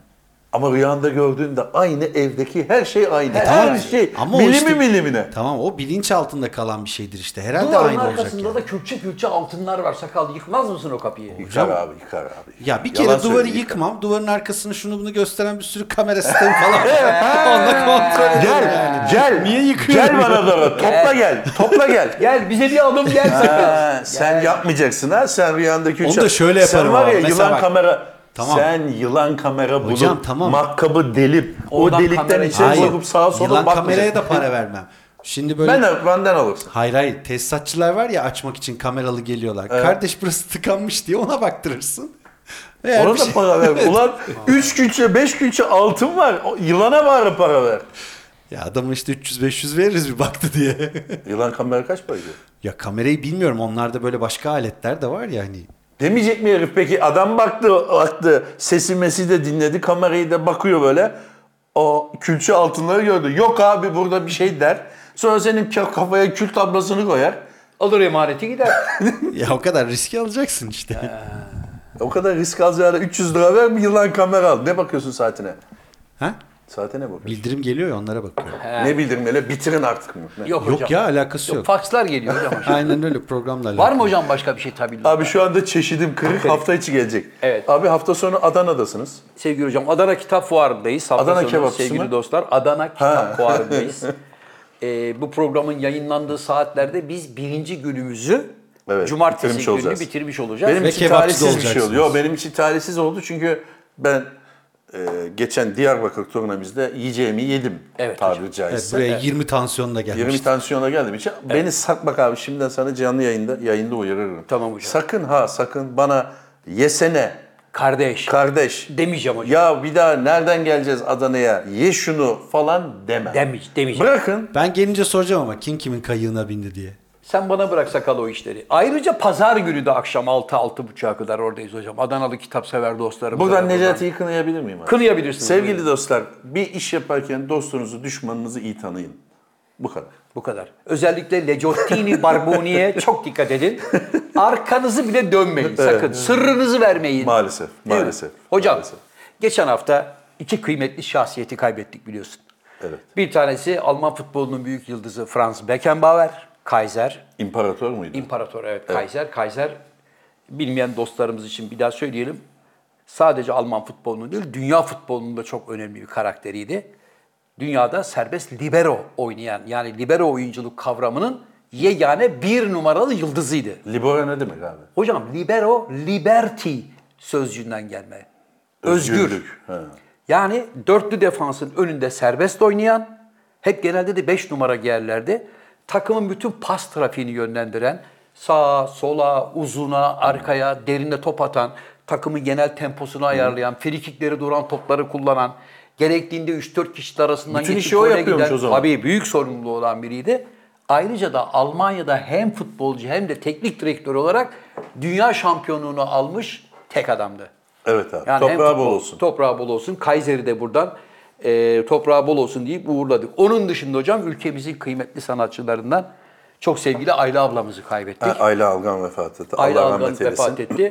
Ama rüyanda gördüğünde aynı evdeki her şey aynı. her
E, tamam.
şey
Ama o
milimi
işte-
milimine.
Tamam o bilinçaltında kalan bir şeydir işte. Herhalde
Duvarın
aynı olacak
arkasında
yani.
da külçe külçe altınlar var. Sakal yıkmaz mısın o kapıyı?
Yıkar abi yıkar abi.
Ya bir kere
Yalan
duvarı
söylüyor, yıkar.
yıkmam. Duvarın arkasını şunu bunu gösteren bir sürü kamera sistemi falan [LAUGHS] var. Onu kontrol ederim
Gel
yani.
gel.
Niye yıkıyorum?
Gel bana doğru. Topla
[LAUGHS]
gel. Topla gel.
Gel bize bir adım gel sakal.
Ha, sen yapmayacaksın ha sen rüyandaki
Onu
uçak-
da şöyle
Sen
yaparım
var
abi.
ya
Mesela
yılan
bak.
kamera.
Tamam.
Sen yılan kamera bulup
Hocam, tamam.
matkabı delip
Oradan
o delikten
kamerayı-
Şey
içeri
Hayır.
sokup sağa sola
Yılan
bakmayacaksın.
kameraya da para vermem. Şimdi
[LAUGHS]
böyle
Ben de benden alırsın.
Hayır hayır tesisatçılar var ya açmak için kameralı geliyorlar. Kardeş burası tıkanmış diye ona baktırırsın. Eğer
Ona
bir
da
şey-
para
[LAUGHS]
ver. Ulan 3 külçe 5 külçe altın var. O Yılana bari para ver.
Ya adamın işte 300-500 veririz bir baktı diye. [LAUGHS]
Yılan kamera kaç para ediyor?
ya kamerayı bilmiyorum onlarda böyle başka aletler de var ya hani.
Demeyecek mi herif peki? Adam baktı, baktı. Sesi mesi de dinledi. Kamerayı da bakıyor böyle. O külçe altınları gördü. Yok abi burada bir şey der. Sonra senin ka- kafaya kül tablasını koyar.
Alır emaneti gider.
Ya o kadar riski alacaksın işte.
O kadar risk alacağına 300 lira ver bir yılan kamera al. Ne bakıyorsun saatine?
ha?
Saate ne bakıyorsun?
Bildirim geliyor ya onlara bakıyorum.
Ne bildirmeli? Bitirin artık mı? Ne?
Yok,
Yok
hocam.
ya alakası
Yok,
yok.
fakslar geliyor hocam.
Aynen öyle programla alakalı.
Var mı hocam başka bir şey tabii?
Abi şu anda çeşidim kırık hafta içi gelecek.
Evet.
Abi hafta sonu Adana'dasınız.
Sevgili hocam Adana Kitap Fuarı'ndayız. Hafta
Adana
sonu
kebapçısı
Sevgili
mı?
dostlar Adana
[LAUGHS]
Kitap Fuarı'ndayız. Ee, bu programın yayınlandığı saatlerde biz birinci günümüzü
Evet,
cumartesi
bitirmiş
günü
olacağız.
bitirmiş olacağız.
Benim
Ve
için
kebapçı da
talihsiz bir şey
olacaksınız.
oldu. Yo, benim için talihsiz oldu çünkü ben e, geçen Diyarbakır turnamızda yiyeceğimi yedim
Evet
tabiri
hocam.
Evet,
caizse.
buraya 20 tansiyonla gelmişti.
20 tansiyona geldim için. Beni satmak abi şimdiden sana canlı yayında yayında uyarırım.
Tamam hocam.
Sakın ha sakın bana yesene
Kardeş
kardeş
demeyeceğim hocam.
Ya bir daha nereden geleceğiz Adana'ya? Ye şunu falan deme.
Demeyeceğim. demeyeceğim.
Bırakın.
Ben gelince soracağım ama kim kimin kayığına bindi diye.
Sen bana bırak sakal o işleri. Ayrıca pazar günü de akşam 6-6.30'a kadar oradayız hocam. Adanalı kitapsever dostlarımız.
Buradan Necati'yi kınayabilir miyim? Abi?
Kınayabilirsiniz.
Sevgili
Buyurun.
dostlar, bir iş yaparken dostunuzu, düşmanınızı iyi tanıyın. Bu kadar.
Bu kadar. Özellikle Lecottini
[LAUGHS]
Barbuni'ye çok dikkat edin. Arkanızı bile dönmeyin sakın. Sırrınızı vermeyin.
Maalesef,
Değil mi?
maalesef,
Hocam
maalesef.
geçen hafta iki kıymetli şahsiyeti kaybettik biliyorsun.
Evet.
Bir tanesi Alman futbolunun büyük yıldızı Franz Beckenbauer, Kaiser.
İmparator muydu?
İmparator evet, Kaiser. Kaiser bilmeyen dostlarımız için bir daha söyleyelim. Sadece Alman futbolunun değil, dünya futbolunun da çok önemli bir karakteriydi. Dünyada serbest libero oynayan, yani libero oyunculuk kavramının yegane bir numaralı yıldızıydı.
Libora ne demek abi?
Hocam libero, liberty sözcüğünden gelme. Özgür.
Ha.
Yani dörtlü defansın önünde serbest oynayan, hep genelde de 5 numara yerlerde takımın bütün pas trafiğini yönlendiren, sağa, sola, uzuna, arkaya, derine top atan, takımın genel temposunu ayarlayan, frikikleri duran topları kullanan, gerektiğinde 3-4 kişi arasından
Bütün
geçip
işi o
oraya
yapıyormuş
giden,
o zaman.
tabii büyük sorumluluğu olan biriydi. Ayrıca da Almanya'da hem futbolcu hem de teknik direktör olarak dünya şampiyonluğunu almış tek adamdı.
Evet abi.
Yani hem
Toprağı bol
futbol-
olsun.
Toprağı bol olsun. Kayseri de buradan e, toprağı bol olsun deyip uğurladık. Onun dışında hocam ülkemizin kıymetli sanatçılarından çok sevgili Ayla ablamızı kaybettik.
Ha, Ayla Algan vefat etti.
Ayla
Allah
Algan
rahmet eylesin.
vefat etti.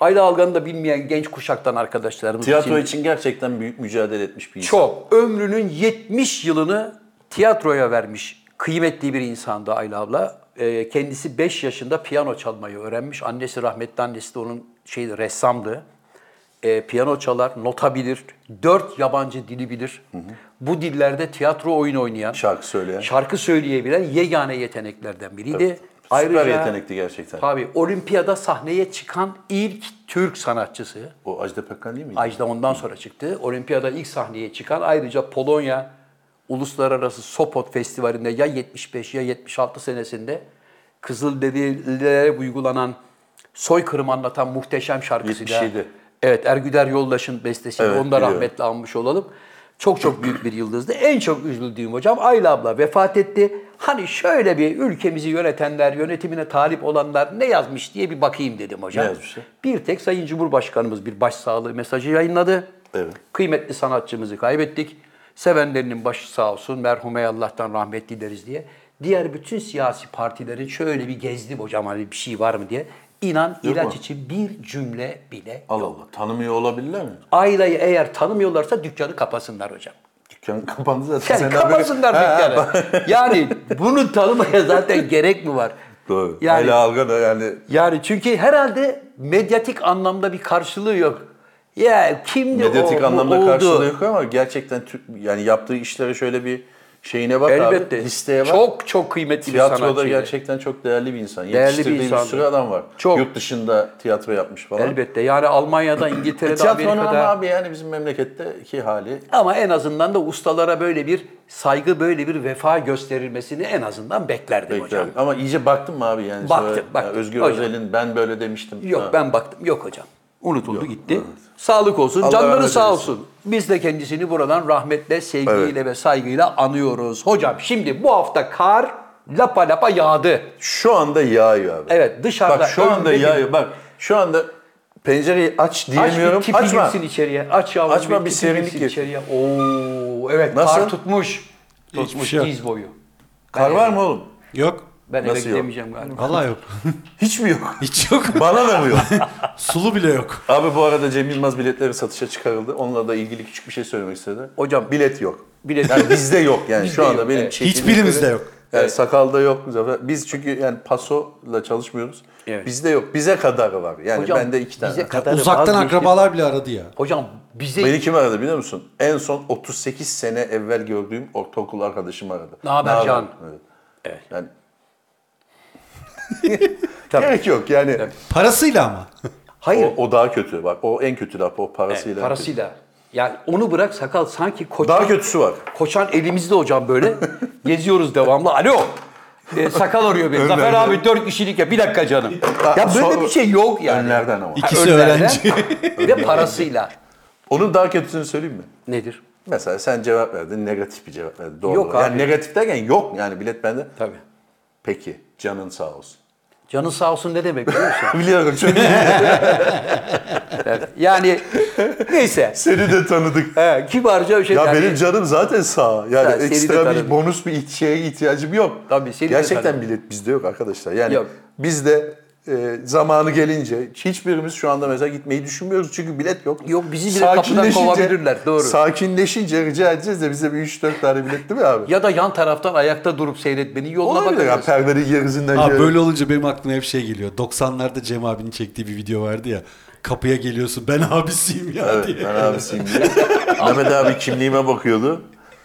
Ayla Algan'ı da bilmeyen genç kuşaktan arkadaşlarımız
Tiyatro
için
için gerçekten büyük mücadele etmiş bir insan.
çok ömrünün 70 yılını tiyatroya vermiş kıymetli bir insandı Ayla abla. E, kendisi 5 yaşında piyano çalmayı öğrenmiş. Annesi rahmetli annesi de onun şeydi ressamdı. E, piyano çalar, nota bilir, 4 yabancı dili bilir. Bu dillerde tiyatro oyunu oynayan,
Şarkı söyleyen.
şarkı söyleyebilen yegane yeteneklerden biriydi.
Süper
Ayrıca
yetenekti gerçekten.
Tabii olimpiyada sahneye çıkan ilk Türk sanatçısı.
O Ajda Pekkan değil miydi?
Ajda ondan sonra çıktı. Olimpiyada ilk sahneye çıkan ayrıca Polonya Uluslararası Sopot Festivali'nde ya 75 ya 76 senesinde Kızılderililere uygulanan soykırım anlatan muhteşem şarkısıyla.
77.
Evet Ergüder Yoldaş'ın bestesi.
Evet,
Onu da
biliyorum.
rahmetle anmış olalım. Çok çok büyük bir yıldızdı. En çok üzüldüğüm hocam Ayla abla vefat etti. Hani şöyle bir ülkemizi yönetenler, yönetimine talip olanlar ne yazmış diye bir bakayım dedim hocam.
Ne yazmışlar?
Bir tek Sayın Cumhurbaşkanımız bir başsağlığı mesajı yayınladı.
Evet.
Kıymetli sanatçımızı kaybettik. Sevenlerinin başı sağ olsun, merhume Allah'tan rahmet dileriz diye. Diğer bütün siyasi partilerin şöyle bir gezdim hocam hani bir şey var mı diye. İnan ilaç
mu?
için bir cümle bile.
Allah Allah. Tanımıyor olabilirler mi?
Ayla'yı eğer tanımıyorlarsa dükkanı kapasınlar hocam.
Dükkan kapandı zaten.
Yani
Sen haberi-
kapasınlar
Ha, ha,
dükkanı. yani bunu tanımaya zaten gerek mi var?
Doğru.
Yani
Ayla Algan yani
yani çünkü herhalde medyatik anlamda bir karşılığı yok. Ya kimdi o?
medyatik
bu
anlamda
oldu?
karşılığı yok ama gerçekten Türk, yani yaptığı işlere şöyle bir şeyine bak
Elbette.
abi. Listeye bak.
Çok çok kıymetli bir sanatçıydı.
Tiyatroda gerçekten çok değerli bir insan.
bir
Yetiştirdiği bir,
insandı.
sürü adam var.
Çok.
Yurt dışında tiyatro yapmış falan.
Elbette. Yani Almanya'da,
E,
İngiltere'de,
Tiyatronun ama
Amerika'da.
abi yani bizim memleketteki hali
Ama en azından da ustalara böyle bir saygı, böyle bir vefa gösterilmesini en azından beklerdim hocam.
beklerdik. Ama iyice baktın mı abi yani?
Baktım,
Sonra,
baktım.
yani Özgür
Hocam.
Özel'in ben böyle demiştim.
Yok
Ha.
ben baktım. Yok hocam. Unutuldu gitti.
evet.
Sağlık olsun.
Allah
Canları
rahmet
sağ
eylesin.
olsun. Biz de kendisini buradan rahmetle, sevgiyle ve saygıyla anıyoruz. Hocam şimdi bu hafta kar lapa lapa yağdı.
Şu anda yağıyor abi.
Evet, dışarıda
Bak şu anda
önde bir-
yağıyor. Bak şu anda pencereyi aç diyemiyorum.
Aç bir tipi
Açma.
girsin içeriye. Aç yavrum
Açma, bir
tipi
serinlik
girsin
gir.
içeriye. Oo, evet
Nasıl?
kar tutmuş.
Hiçbir
Tutmuş
şey yok.
diz boyu.
Kar var mı oğlum?
Yok.
Ben eve
Nasıl yok?
gidemeyeceğim galiba.
Valla yok.
Hiç
[LAUGHS]
mi yok?
[LAUGHS] Hiç yok.
Bana da mı yok?
Sulu bile yok.
Abi bu arada Cem Yılmaz biletleri satışa çıkarıldı. Onunla da ilgili küçük bir şey söylemek istedi.
Hocam,
bilet yok.
bilet [LAUGHS]
yani
yok.
bizde yok yani
Bizde
şu anda
yok,
benim
evet.
çektiğim
Hiçbirimizde
biletleri-
yok.
Yani sakalda yok zaten. Biz çünkü yani pasola çalışmıyoruz.
Evet.
Bizde yok. Bize kadar var. Yani
Hocam,
bende iki tane.
bize
var.
kadarı
Uzaktan
vazgeçti.
akrabalar bile aradı ya.
Hocam bize
Beni kim aradı biliyor musun? En son 38 sene evvel gördüğüm ortaokul arkadaşım aradı.
Ne haber Can?
Evet.
Evet.
Yani... [LAUGHS] Gerek yok yani.
Parasıyla ama.
hayır
O, o daha kötü. Bak o en kötü laf o parasıyla. en kötü.
parasıyla. Yani onu bırak sakal sanki koçan,
Daha kötüsü var.
koçan elimizde hocam
[LAUGHS]
böyle. Geziyoruz devamlı. Alo. Ee, sakal arıyor beni.
Önlerden.
Zafer abi dört kişilik ya. Bir dakika canım. Ya böyle
sonra-
bir şey yok yani.
Önlerden ama.
Ha,
İkisi
önlerden [LAUGHS]
öğrenci.
Ve parasıyla.
Onun daha kötüsünü söyleyeyim mi?
Nedir?
Mesela sen cevap verdin, negatif bir cevap verdin. Doğru.
Yok
yani
abi.
negatif derken yok yani bilet bende.
Tabii.
Peki, canın sağ olsun. [LAUGHS]
Canın sağ olsun ne demek biliyor musun?
Biliyorum çünkü [LAUGHS]
Yani
[LAUGHS]
neyse.
seni de tanıdık.
He, kibarca bir şey.
Ya
yani,
benim canım zaten sağ. Yani
Ya seni de
ekstra bir
tanıdım.
bonus bir şeye ihtiyacım yok.
Tabii, seni de
Gerçekten
tanıdım.
bilet bizde yok arkadaşlar. Yani
Yok.
bizde e, zamanı gelince hiçbirimiz şu anda mesela gitmeyi düşünmüyoruz çünkü bilet yok.
Yok, bizi bile kapıdan
Sakinleşince-
kovabilirler, doğru.
Sakinleşince rica edeceğiz de bize bir 3-4 tane bilet değil mi abi?
Ya da yan taraftan ayakta durup seyretmeni yoluna
Olabilir ya
bakarız.
perdenin gerisinden
Abi
şöyle-
böyle olunca benim aklıma hep şey geliyor. 90'larda Cem abinin çektiği bir video vardı ya. Kapıya geliyorsun ben abisiyim ya
Evet,
diye.
ben abisiyim diye. Mehmet abi kimliğime bakıyordu.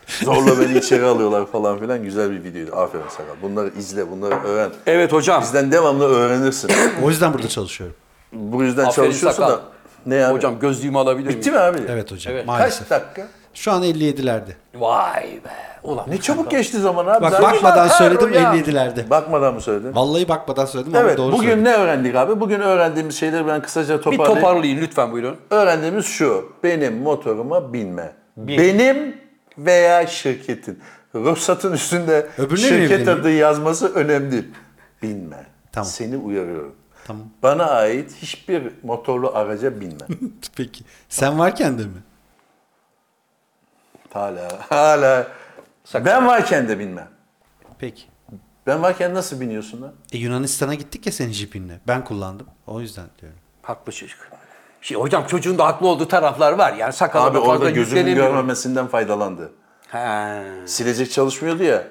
Zorla beni içeri alıyorlar falan filan. Güzel bir videoydu. Aferin sana. Bunları izle, bunları öğren.
Evet hocam.
Bizden devamlı öğrenirsin.
O yüzden burada çalışıyorum.
Bu yüzden
Aferin
çalışıyorsun
sakal.
da. Ne abi?
Hocam gözlüğümü alabilir miyim?
Bitti mi abi?
Evet hocam
Evet.
maalesef.
Kaç dakika?
Şu an 57'lerde.
Vay be. Ulan
Ne çabuk geçti zaman abi.
Bak
Zaten-
bakmadan
bakar
söyledim
o ya.
57'lerde.
Bakmadan mı söyledin?
Vallahi bakmadan söyledim ama
Evet,
doğru
bugün
söyledim.
ne öğrendik abi? Bugün öğrendiğimiz şeyleri ben kısaca
bir
toparlayayım.
toparlayın lütfen buyurun.
Öğrendiğimiz şu. Benim motoruma binme. Benim veya şirketin. Ruhsatın üstünde
Öbürüne
şirket
binebilir
adı yazması önemli değil. Binme.
Tamam.
Seni uyarıyorum.
Tamam. [LAUGHS]
Bana ait hiçbir motorlu araca binme.
Peki. Sen varken de mi?
hala, hala. Ben varken de binme.
Peki.
Ben varken nasıl biniyorsun lan?
E Yunanistan'a gittik ya senin jipinle. Ben kullandım. O yüzden diyorum.
Haklı çocuk. Şey, hocam çocuğun da haklı olduğu taraflar var. Yani sakal
Abi orada gözümün görmemesinden faydalandı.
He.
Silecek çalışmıyordu ya.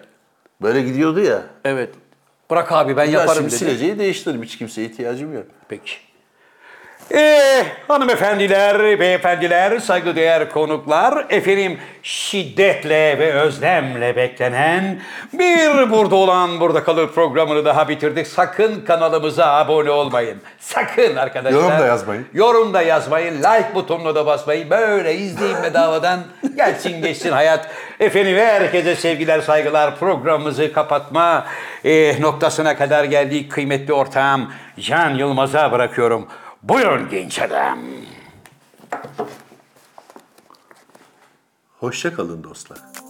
Böyle gidiyordu ya.
Evet. Bırak abi ben
Ya
yaparım
şimdi
dedi.
sileceği değiştiririm. Hiç kimseye ihtiyacım yok.
Peki. Ee, hanımefendiler, beyefendiler, saygıdeğer konuklar, efendim şiddetle ve özlemle beklenen bir burada olan burada kalır programını daha bitirdik. Sakın kanalımıza abone olmayın. Sakın arkadaşlar.
Yorum da yazmayın.
Yorum da yazmayın. Like butonuna da basmayın. Böyle izleyin bedavadan. Gelsin geçsin hayat. Efendim herkese sevgiler saygılar. Programımızı kapatma eh, noktasına kadar geldik. Kıymetli ortağım Can Yılmaz'a bırakıyorum. Buyurun genç adam.
Hoşça kalın dostlar.